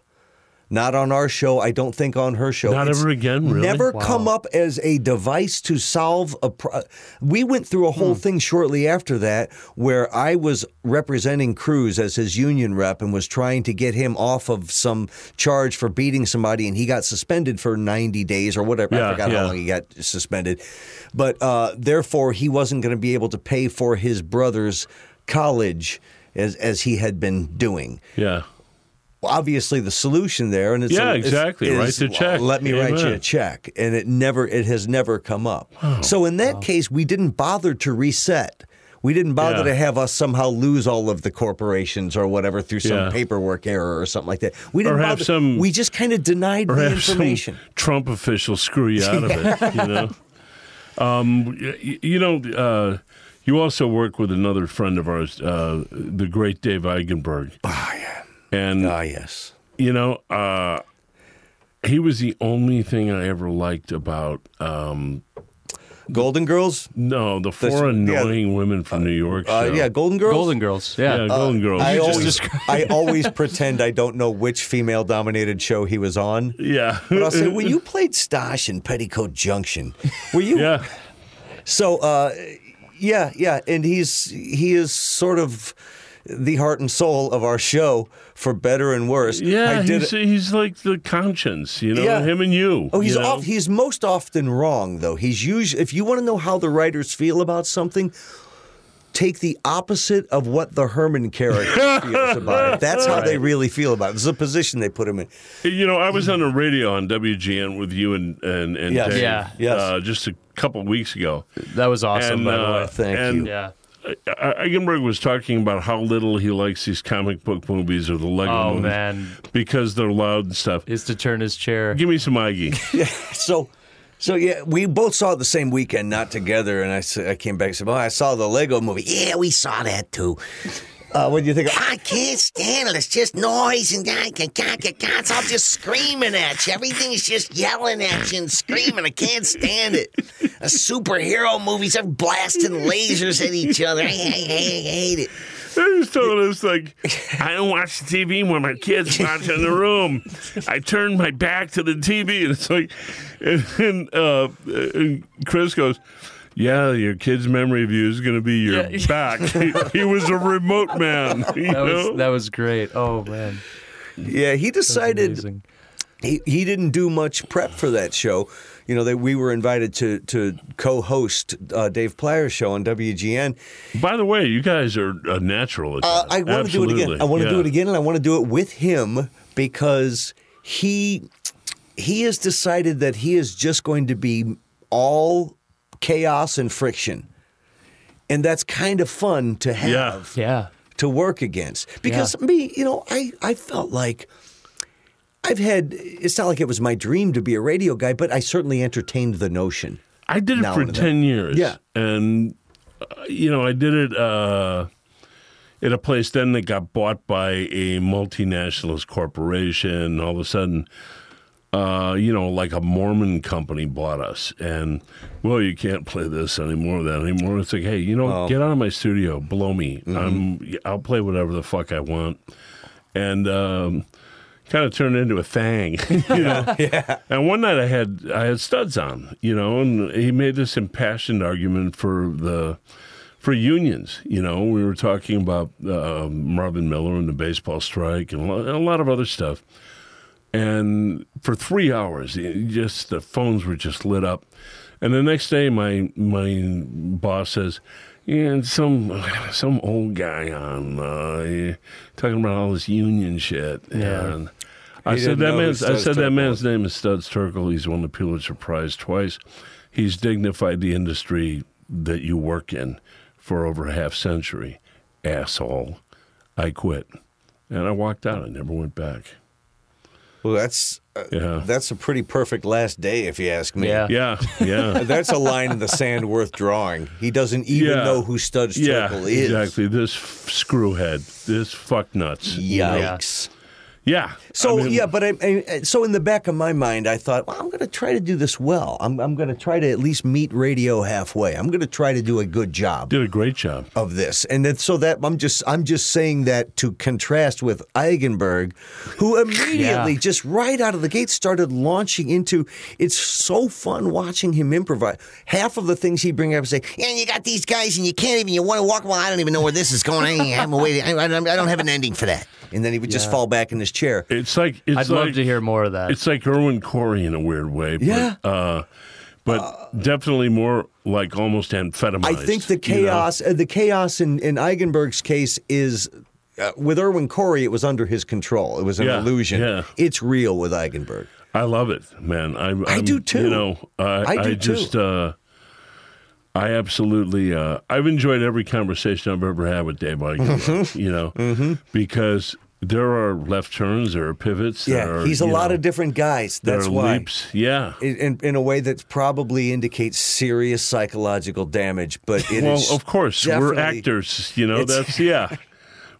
[SPEAKER 3] Not on our show. I don't think on her show.
[SPEAKER 2] Not ever again, really?
[SPEAKER 3] Never
[SPEAKER 1] Wow.
[SPEAKER 3] come up as a device to solve a. Pro- we went through a whole
[SPEAKER 2] Hmm.
[SPEAKER 3] thing shortly after that where I was representing Cruz as his union rep and was trying to get him off of some charge for beating somebody, and he got suspended for ninety days or whatever.
[SPEAKER 2] Yeah,
[SPEAKER 3] I forgot
[SPEAKER 2] yeah.
[SPEAKER 3] how long he got suspended, but uh, therefore he wasn't going to be able to pay for his brother's college. As, as he had been doing,
[SPEAKER 2] Yeah.
[SPEAKER 3] well, obviously the solution there, and it's
[SPEAKER 2] Yeah,
[SPEAKER 3] a- it's-
[SPEAKER 2] exactly.
[SPEAKER 3] is,
[SPEAKER 2] Write the check.
[SPEAKER 3] Let me write you a
[SPEAKER 2] Amen. Oh,
[SPEAKER 3] check, and it never, it has never come up. So in that case, we didn't bother to reset. We didn't bother
[SPEAKER 2] Yeah.
[SPEAKER 3] to have us somehow lose all of the corporations or whatever through some
[SPEAKER 2] Yeah.
[SPEAKER 3] paperwork error or something like that. We
[SPEAKER 2] Or
[SPEAKER 3] didn't
[SPEAKER 2] have
[SPEAKER 3] bother.
[SPEAKER 2] some-
[SPEAKER 3] we just kind of denied
[SPEAKER 2] Or
[SPEAKER 3] the
[SPEAKER 2] have some
[SPEAKER 3] information.
[SPEAKER 2] Trump official screw you out of it, you know? Um, y- y- you know, uh, you also work with another friend of ours, uh, the great Dave Eigenberg. Oh, yeah. And
[SPEAKER 3] Ah, yes.
[SPEAKER 2] you know, uh, he was the only thing I ever liked about um,
[SPEAKER 3] Golden Girls.
[SPEAKER 2] no the four
[SPEAKER 3] yeah.
[SPEAKER 2] annoying women from New York.
[SPEAKER 3] Uh,
[SPEAKER 2] show.
[SPEAKER 3] yeah, Golden Girls.
[SPEAKER 1] Golden Girls. Yeah.
[SPEAKER 2] yeah, Golden Girls.
[SPEAKER 3] I
[SPEAKER 2] You just-
[SPEAKER 3] always, I always pretend I don't know which female-dominated show he was on.
[SPEAKER 2] yeah,
[SPEAKER 3] But I'll say, when you played Stash in Petticoat Junction, were you?
[SPEAKER 2] yeah,
[SPEAKER 3] So, uh, yeah, yeah, and he's he is sort of the heart and soul of our show, for better and worse.
[SPEAKER 2] yeah.
[SPEAKER 3] I did.
[SPEAKER 2] He's, he's like the conscience, you know,
[SPEAKER 3] Yeah.
[SPEAKER 2] him and you.
[SPEAKER 3] Oh, he's
[SPEAKER 2] you know?
[SPEAKER 3] off. He's most often wrong, though. He's usually. If you want to know how the writers feel about something, take the opposite of what the Herman character feels about it. That's how they really feel about it. This is a position they put him in.
[SPEAKER 2] You know, I was on the radio on WGN with you and and, and
[SPEAKER 3] Yes.
[SPEAKER 2] Dave,
[SPEAKER 1] Yeah.
[SPEAKER 3] Yes.
[SPEAKER 2] uh, just a couple weeks ago.
[SPEAKER 1] That was awesome,
[SPEAKER 2] and,
[SPEAKER 1] by the
[SPEAKER 2] uh,
[SPEAKER 1] way.
[SPEAKER 3] Thank
[SPEAKER 2] and
[SPEAKER 3] you.
[SPEAKER 1] Yeah.
[SPEAKER 2] I- Eigenberg was talking about how little he likes these comic book movies or the Lego
[SPEAKER 1] Oh,
[SPEAKER 2] movies
[SPEAKER 1] man.
[SPEAKER 2] because they're loud and stuff.
[SPEAKER 1] Is to turn his chair.
[SPEAKER 2] Give me some Iggy.
[SPEAKER 3] So, so yeah, we both saw it the same weekend, not together. And I, s- I came back and said, "Well, I saw the Lego movie. Yeah, we saw that too." Uh, what do you think? Of-
[SPEAKER 4] I can't stand it. It's just noise and I can It's all just screaming at you. Everything's just yelling at you and screaming. I can't stand it. A superhero movies are blasting lasers at each other. I, I, I hate it.
[SPEAKER 2] I just told us like I don't watch the TV when my kids watch in the room. I turn my back to the TV, and it's like, and, and, uh, and Chris goes. Yeah, your kid's memory of you is going to be your
[SPEAKER 1] Yeah.
[SPEAKER 2] back. he, he was a remote man. You
[SPEAKER 1] That
[SPEAKER 2] know?
[SPEAKER 1] was that was great. Oh man,
[SPEAKER 3] yeah, he decided
[SPEAKER 1] amazing.
[SPEAKER 3] he, he didn't do much prep for that show. You know that we were invited to to co-host uh, Dave Plyer's show on WGN.
[SPEAKER 2] By the way, you guys are a natural. At
[SPEAKER 3] Uh,
[SPEAKER 2] that.
[SPEAKER 3] I want to do it again.
[SPEAKER 2] Absolutely.
[SPEAKER 3] I want to
[SPEAKER 2] Yeah.
[SPEAKER 3] do it again, and I want to do it with him because he he has decided that he is just going to be all chaos and friction, and that's kind of fun to have
[SPEAKER 2] Yeah.
[SPEAKER 1] yeah.
[SPEAKER 3] to work against. Because me, you know, I, I felt like I've had it's not like it was my dream to be a radio guy, but I certainly entertained the notion.
[SPEAKER 2] I did it
[SPEAKER 3] now
[SPEAKER 2] for
[SPEAKER 3] and then.
[SPEAKER 2] 10 years.
[SPEAKER 3] Yeah.
[SPEAKER 2] And, uh, you know, I did it uh, at a place then that got bought by a multinationalist corporation. All of a sudden, uh, you know, like a Mormon company bought us. And, well, you can't play this anymore, that anymore. It's like, hey, you know, get out of my studio, blow me.
[SPEAKER 3] Mm-hmm.
[SPEAKER 2] I'm, I'll play whatever the fuck I want. And, um, kind of turned into a thing, you know. yeah. And one night I had I had studs on, you know, and he made this impassioned argument for the for unions. You know, we were talking about uh, Marvin Miller and the baseball strike and a lo- and a lot of other stuff. And for three hours, it- just the phones were just lit up. And the next day, my my boss says, "Yeah, and some some old guy on uh, he- talking about all this union shit."
[SPEAKER 1] Yeah.
[SPEAKER 2] And I
[SPEAKER 3] He
[SPEAKER 2] said
[SPEAKER 3] didn't
[SPEAKER 2] that
[SPEAKER 3] know who
[SPEAKER 2] man's I
[SPEAKER 3] Studs
[SPEAKER 2] said that
[SPEAKER 3] Terkel
[SPEAKER 2] man's name is Studs Terkel. He's won the Pulitzer Prize twice. He's dignified the industry that you work in for over a half century. Asshole, I quit, and I walked out. I never went back.
[SPEAKER 3] Well, that's uh,
[SPEAKER 2] Yeah.
[SPEAKER 3] that's a pretty perfect last day, if you ask me.
[SPEAKER 1] Yeah.
[SPEAKER 2] Yeah, yeah,
[SPEAKER 3] That's a line in the sand worth drawing. He doesn't even
[SPEAKER 2] Yeah.
[SPEAKER 3] know who Studs
[SPEAKER 2] yeah.
[SPEAKER 3] Terkel is.
[SPEAKER 2] Exactly. This f- screwhead. This fuck nuts.
[SPEAKER 3] Yikes.
[SPEAKER 2] Yeah.
[SPEAKER 3] So
[SPEAKER 2] I mean,
[SPEAKER 3] yeah, but I, I, so in the back of my mind, I thought, well, I'm going to try to do this well. I'm, I'm going to try to at least meet radio halfway. I'm going to try to do a good job.
[SPEAKER 2] did a great job.
[SPEAKER 3] of this. And then so that I'm just I'm just saying that to contrast with Eigenberg, who immediately
[SPEAKER 1] Yeah.
[SPEAKER 3] just right out of the gate started launching into it's so fun watching him improvise. Half of the things he bring up and say,
[SPEAKER 4] Yeah, and you got these guys, and you can't even. You want to walk? Well, I don't even know where this is going. I, I'm away. I, I don't I don't have an ending for that.
[SPEAKER 3] and then he would just fall back in his chair.
[SPEAKER 2] It's like it's
[SPEAKER 1] I'd
[SPEAKER 2] like,
[SPEAKER 1] love to hear more of that.
[SPEAKER 2] It's like Irwin Corey in a weird way. But,
[SPEAKER 3] Yeah.
[SPEAKER 2] Uh, but definitely more like almost amphetamized.
[SPEAKER 3] I think the
[SPEAKER 2] you know?
[SPEAKER 3] chaos, uh, the chaos in, in Eigenberg's case is uh, with Irwin Corey. It was under his control. It was an
[SPEAKER 2] Yeah,
[SPEAKER 3] illusion.
[SPEAKER 2] yeah.
[SPEAKER 3] It's real with Eigenberg.
[SPEAKER 2] I love it, man. I, I'm,
[SPEAKER 3] do too.
[SPEAKER 2] You know, I,
[SPEAKER 3] I do
[SPEAKER 2] I just,
[SPEAKER 3] too.
[SPEAKER 2] uh, I absolutely, uh, I've enjoyed every conversation I've ever had with Dave Eichner.
[SPEAKER 3] Mm-hmm.
[SPEAKER 2] You know, because there are left turns, there are pivots.
[SPEAKER 3] Yeah,
[SPEAKER 2] there are,
[SPEAKER 3] he's a
[SPEAKER 2] you
[SPEAKER 3] lot
[SPEAKER 2] know,
[SPEAKER 3] of different guys.
[SPEAKER 2] there
[SPEAKER 3] That's
[SPEAKER 2] are
[SPEAKER 3] why.
[SPEAKER 2] leaps. Yeah.
[SPEAKER 3] in- in, in a way that probably indicates serious psychological damage, but it is
[SPEAKER 2] well, of course, we're
[SPEAKER 3] definitely-
[SPEAKER 2] actors. You know,
[SPEAKER 3] it's-
[SPEAKER 2] that's yeah.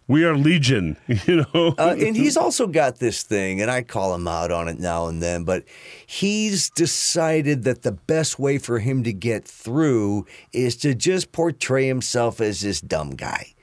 [SPEAKER 2] We are legion. You know.
[SPEAKER 3] Uh, and he's also got this thing, and I call him out on it now and then, but he's decided that the best way for him to get through is to just portray himself as this dumb guy.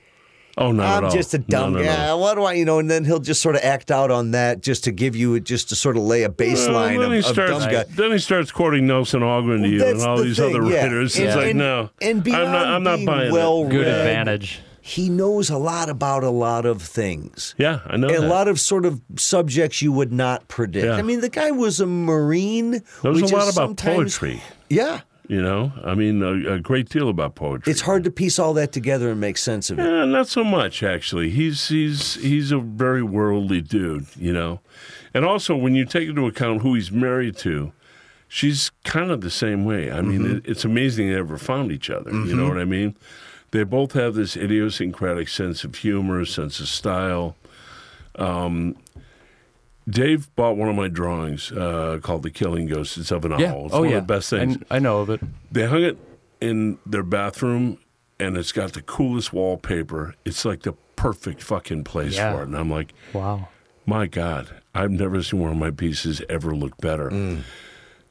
[SPEAKER 2] oh, not at
[SPEAKER 3] I'm
[SPEAKER 2] all.
[SPEAKER 3] just a
[SPEAKER 2] No,
[SPEAKER 3] dumb
[SPEAKER 2] no, no.
[SPEAKER 3] guy. What do I, you know? And then he'll just sort of act out on that just to give you, just to sort of lay a baseline
[SPEAKER 2] Well,
[SPEAKER 3] of,
[SPEAKER 2] then, he
[SPEAKER 3] of
[SPEAKER 2] starts,
[SPEAKER 3] dumb guy.
[SPEAKER 2] then he starts quoting Nelson Algren to you
[SPEAKER 3] That's
[SPEAKER 2] and all
[SPEAKER 3] the
[SPEAKER 2] these
[SPEAKER 3] thing,
[SPEAKER 2] other
[SPEAKER 3] yeah.
[SPEAKER 2] writers.
[SPEAKER 3] And-
[SPEAKER 2] it's like
[SPEAKER 3] and-
[SPEAKER 2] no,
[SPEAKER 3] and
[SPEAKER 2] I'm not. I'm
[SPEAKER 3] beyond
[SPEAKER 2] not
[SPEAKER 3] being
[SPEAKER 2] buying
[SPEAKER 3] well-
[SPEAKER 2] it.
[SPEAKER 1] Good
[SPEAKER 3] Red.
[SPEAKER 1] advantage.
[SPEAKER 3] He knows a lot about a lot of things.
[SPEAKER 2] Yeah, I know.
[SPEAKER 3] a
[SPEAKER 2] that.
[SPEAKER 3] lot of sort of subjects you would not predict.
[SPEAKER 2] Yeah.
[SPEAKER 3] I mean, the guy was a marine.
[SPEAKER 2] There's
[SPEAKER 3] which
[SPEAKER 2] a lot
[SPEAKER 3] is
[SPEAKER 2] about
[SPEAKER 3] sometimes-
[SPEAKER 2] poetry.
[SPEAKER 3] Yeah,
[SPEAKER 2] You know, I mean, a, a great deal about poetry.
[SPEAKER 3] it's hard to piece all that together and make sense of it.
[SPEAKER 2] Eh, not so much actually. He's he's he's a very worldly dude, you know. And also, when you take into account who he's married to,
[SPEAKER 1] Mm-hmm.
[SPEAKER 2] she's kind of the same way. I mean, it, it's amazing they ever found each other. You know what I mean? They both have this idiosyncratic sense of humor, sense of style. Um, Dave bought one of my drawings uh, called "The Killing Ghost." It's of an
[SPEAKER 1] Yeah.
[SPEAKER 2] owl. It's
[SPEAKER 1] oh
[SPEAKER 2] one
[SPEAKER 1] yeah.
[SPEAKER 2] of the best things.
[SPEAKER 1] I, I know of it.
[SPEAKER 2] They hung it in their bathroom, and it's got the coolest wallpaper. It's like the perfect fucking place
[SPEAKER 1] Yeah.
[SPEAKER 2] for it. And I'm like,
[SPEAKER 1] Wow.
[SPEAKER 2] my God, I've never seen one of my pieces ever look better.
[SPEAKER 3] Mm.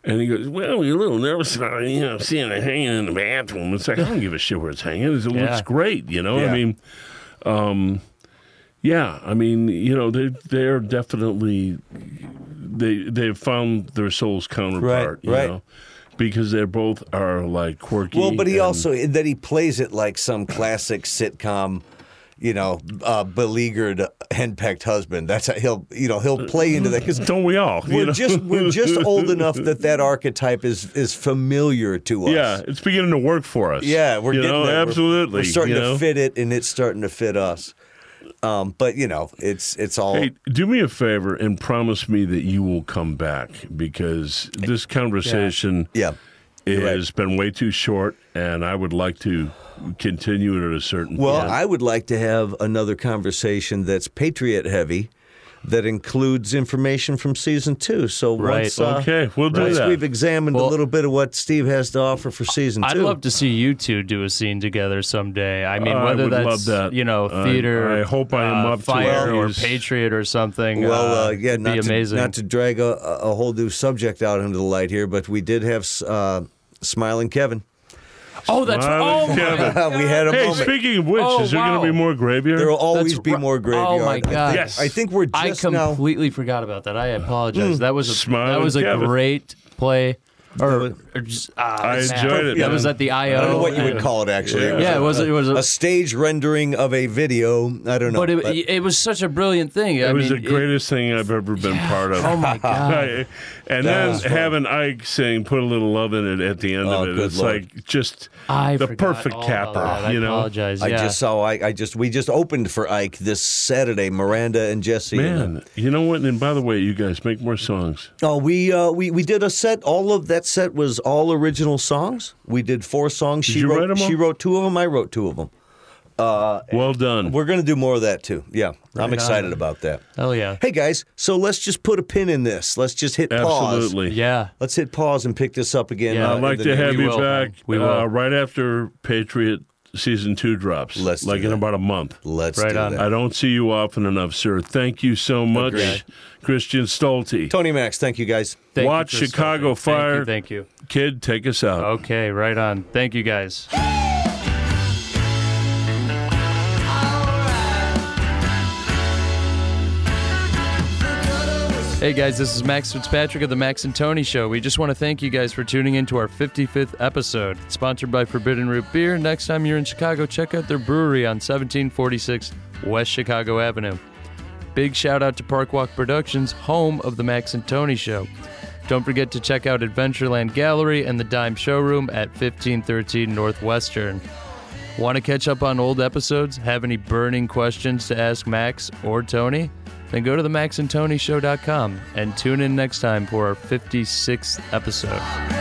[SPEAKER 2] And he goes, Well, you're a little nervous about you know seeing it hanging in the bathroom. It's like I don't give a shit where it's hanging. It looks
[SPEAKER 1] Yeah.
[SPEAKER 2] great, you know.
[SPEAKER 3] Yeah.
[SPEAKER 2] I mean, um, yeah, I mean, you know, they they are definitely they they've found their soul's counterpart, you
[SPEAKER 3] right.
[SPEAKER 2] know, because they both are like quirky.
[SPEAKER 3] Well, but he
[SPEAKER 2] and-
[SPEAKER 3] also that he plays it like some classic sitcom, you know, uh, beleaguered henpecked husband. That's how he'll you know he'll play into that because
[SPEAKER 2] don't we all? you
[SPEAKER 3] we're
[SPEAKER 2] know?
[SPEAKER 3] just we're just old enough that that archetype is is familiar to us.
[SPEAKER 2] yeah, it's beginning to work for us.
[SPEAKER 3] Yeah, we're
[SPEAKER 2] you
[SPEAKER 3] getting
[SPEAKER 2] know,
[SPEAKER 3] there. We're-
[SPEAKER 2] absolutely.
[SPEAKER 3] We're, starting
[SPEAKER 2] you know?
[SPEAKER 3] to fit it, and it's starting to fit us. Um, but you know, it's it's all
[SPEAKER 2] Hey, do me a favor and promise me that you will come back because this conversation
[SPEAKER 3] yeah.
[SPEAKER 2] has
[SPEAKER 3] You're right.
[SPEAKER 2] been way too short, and I would like to continue it at a certain
[SPEAKER 3] Well,
[SPEAKER 2] point.
[SPEAKER 3] I would like to have another conversation that's patriot heavy, that includes information from season two. So
[SPEAKER 1] Right.
[SPEAKER 3] once uh,
[SPEAKER 2] okay, we'll do
[SPEAKER 3] once
[SPEAKER 2] that.
[SPEAKER 3] we've examined a
[SPEAKER 1] Well-
[SPEAKER 3] little bit of what Steve has to offer for season
[SPEAKER 1] I'd
[SPEAKER 3] two,
[SPEAKER 1] love to see you two do a scene together someday. I mean,
[SPEAKER 2] I
[SPEAKER 1] whether
[SPEAKER 2] would
[SPEAKER 1] that's
[SPEAKER 2] love that.
[SPEAKER 1] you know
[SPEAKER 2] I-
[SPEAKER 1] theater.
[SPEAKER 2] I hope I am
[SPEAKER 1] uh,
[SPEAKER 2] up to
[SPEAKER 1] fire
[SPEAKER 2] it.
[SPEAKER 1] or
[SPEAKER 2] He's-
[SPEAKER 1] Patriot or something.
[SPEAKER 3] well, uh, yeah,
[SPEAKER 1] it'd
[SPEAKER 3] not
[SPEAKER 1] be
[SPEAKER 3] to,
[SPEAKER 1] amazing.
[SPEAKER 3] not to drag a, a whole new subject out into the light here, but we did have uh, Smiling Kevin.
[SPEAKER 1] oh, that's
[SPEAKER 2] Smiling
[SPEAKER 1] oh my
[SPEAKER 2] Kevin.
[SPEAKER 1] God.
[SPEAKER 3] we had a
[SPEAKER 2] hey,
[SPEAKER 3] moment.
[SPEAKER 2] speaking of which,
[SPEAKER 1] Oh,
[SPEAKER 2] is there going
[SPEAKER 1] wow.
[SPEAKER 2] to be more graveyard?
[SPEAKER 3] There will always
[SPEAKER 1] That's
[SPEAKER 3] be
[SPEAKER 1] ri-
[SPEAKER 3] more graveyard.
[SPEAKER 1] Oh my
[SPEAKER 3] I
[SPEAKER 1] God.
[SPEAKER 3] think,
[SPEAKER 2] Yes.
[SPEAKER 3] I think we're
[SPEAKER 1] I
[SPEAKER 3] just now.
[SPEAKER 1] completely forgot about that. I apologize. That was a
[SPEAKER 2] Mm. Smile
[SPEAKER 1] that was a
[SPEAKER 2] with Kevin.
[SPEAKER 1] great play. Or,
[SPEAKER 3] was-
[SPEAKER 1] or just,
[SPEAKER 2] I enjoyed it,
[SPEAKER 1] That was
[SPEAKER 2] man.
[SPEAKER 1] at the IO.
[SPEAKER 3] I don't know what you would call it actually. It was
[SPEAKER 1] uh, Yeah,
[SPEAKER 3] a-
[SPEAKER 1] it was it was a,
[SPEAKER 3] a stage rendering of a video. I don't know.
[SPEAKER 1] but, it, it was such a brilliant thing.
[SPEAKER 2] It
[SPEAKER 1] I
[SPEAKER 2] was
[SPEAKER 1] mean,
[SPEAKER 2] the greatest thing I've ever been part of.
[SPEAKER 1] Oh my god.
[SPEAKER 2] I- and
[SPEAKER 3] That
[SPEAKER 2] then
[SPEAKER 3] was fun.
[SPEAKER 2] having Ike saying "put a little love in it" at the end
[SPEAKER 3] Oh,
[SPEAKER 2] of it,
[SPEAKER 3] good
[SPEAKER 2] it's
[SPEAKER 3] Lord.
[SPEAKER 2] like just
[SPEAKER 1] I
[SPEAKER 2] the
[SPEAKER 1] forgot
[SPEAKER 2] perfect
[SPEAKER 1] all about
[SPEAKER 2] capper.
[SPEAKER 1] that. I
[SPEAKER 2] you know,
[SPEAKER 1] apologize. Yeah.
[SPEAKER 3] I just saw Ike. I just we just opened for Ike this Saturday. Miranda and Jesse. And,
[SPEAKER 2] man, you know what? And by the way, you guys make more songs.
[SPEAKER 3] oh, we uh, we we did a set. All of that set was all original songs. We did four songs. she
[SPEAKER 2] you
[SPEAKER 3] wrote.
[SPEAKER 2] write 'em all?
[SPEAKER 3] She wrote two of them. I wrote two of them.
[SPEAKER 2] Well done.
[SPEAKER 3] Uh, We're gonna do more of that too. Yeah, I'm excited about that.
[SPEAKER 1] Hell yeah.
[SPEAKER 3] Hey guys, so let's just put a pin in this. Let's just hit pause.
[SPEAKER 2] Absolutely.
[SPEAKER 1] Yeah.
[SPEAKER 3] Let's hit pause and pick this up again.
[SPEAKER 1] Yeah,
[SPEAKER 3] uh,
[SPEAKER 1] I'd
[SPEAKER 2] I'd
[SPEAKER 3] in
[SPEAKER 2] like
[SPEAKER 3] the
[SPEAKER 2] to
[SPEAKER 3] near-
[SPEAKER 2] have
[SPEAKER 1] we
[SPEAKER 2] you
[SPEAKER 1] will.
[SPEAKER 2] back
[SPEAKER 1] We will.
[SPEAKER 2] Uh, right after Patriot season two drops.
[SPEAKER 3] Let's do
[SPEAKER 2] like in
[SPEAKER 3] that.
[SPEAKER 2] about a month.
[SPEAKER 3] Let's
[SPEAKER 1] Right
[SPEAKER 3] do
[SPEAKER 1] on.
[SPEAKER 3] that.
[SPEAKER 2] I don't see you often enough, sir. Thank you so much,
[SPEAKER 1] Agreed.
[SPEAKER 2] Christian Stolte.
[SPEAKER 3] Tony Max, thank you guys.
[SPEAKER 1] Thank you,
[SPEAKER 2] Watch
[SPEAKER 1] Chris.
[SPEAKER 2] Chicago
[SPEAKER 1] Thank you,
[SPEAKER 2] Fire.
[SPEAKER 1] Thank you.
[SPEAKER 2] Kid, take us out.
[SPEAKER 1] Okay, right on. Thank you guys. Hey guys, this is Max Fitzpatrick of the Max and Tony Show. We just want to thank you guys for tuning in to our 55th episode. Sponsored by Forbidden Root Beer. Next time you're in Chicago, check out their brewery on 1746 West Chicago Avenue. Big shout out to Parkwalk Productions, home of the Max and Tony Show. Don't forget to check out Adventureland Gallery and the Dime Showroom at 1513 Northwestern. Want to catch up on old episodes? Have any burning questions to ask Max or Tony? Then go to the maxandtonyshow.com and tune in next time for our 56th episode.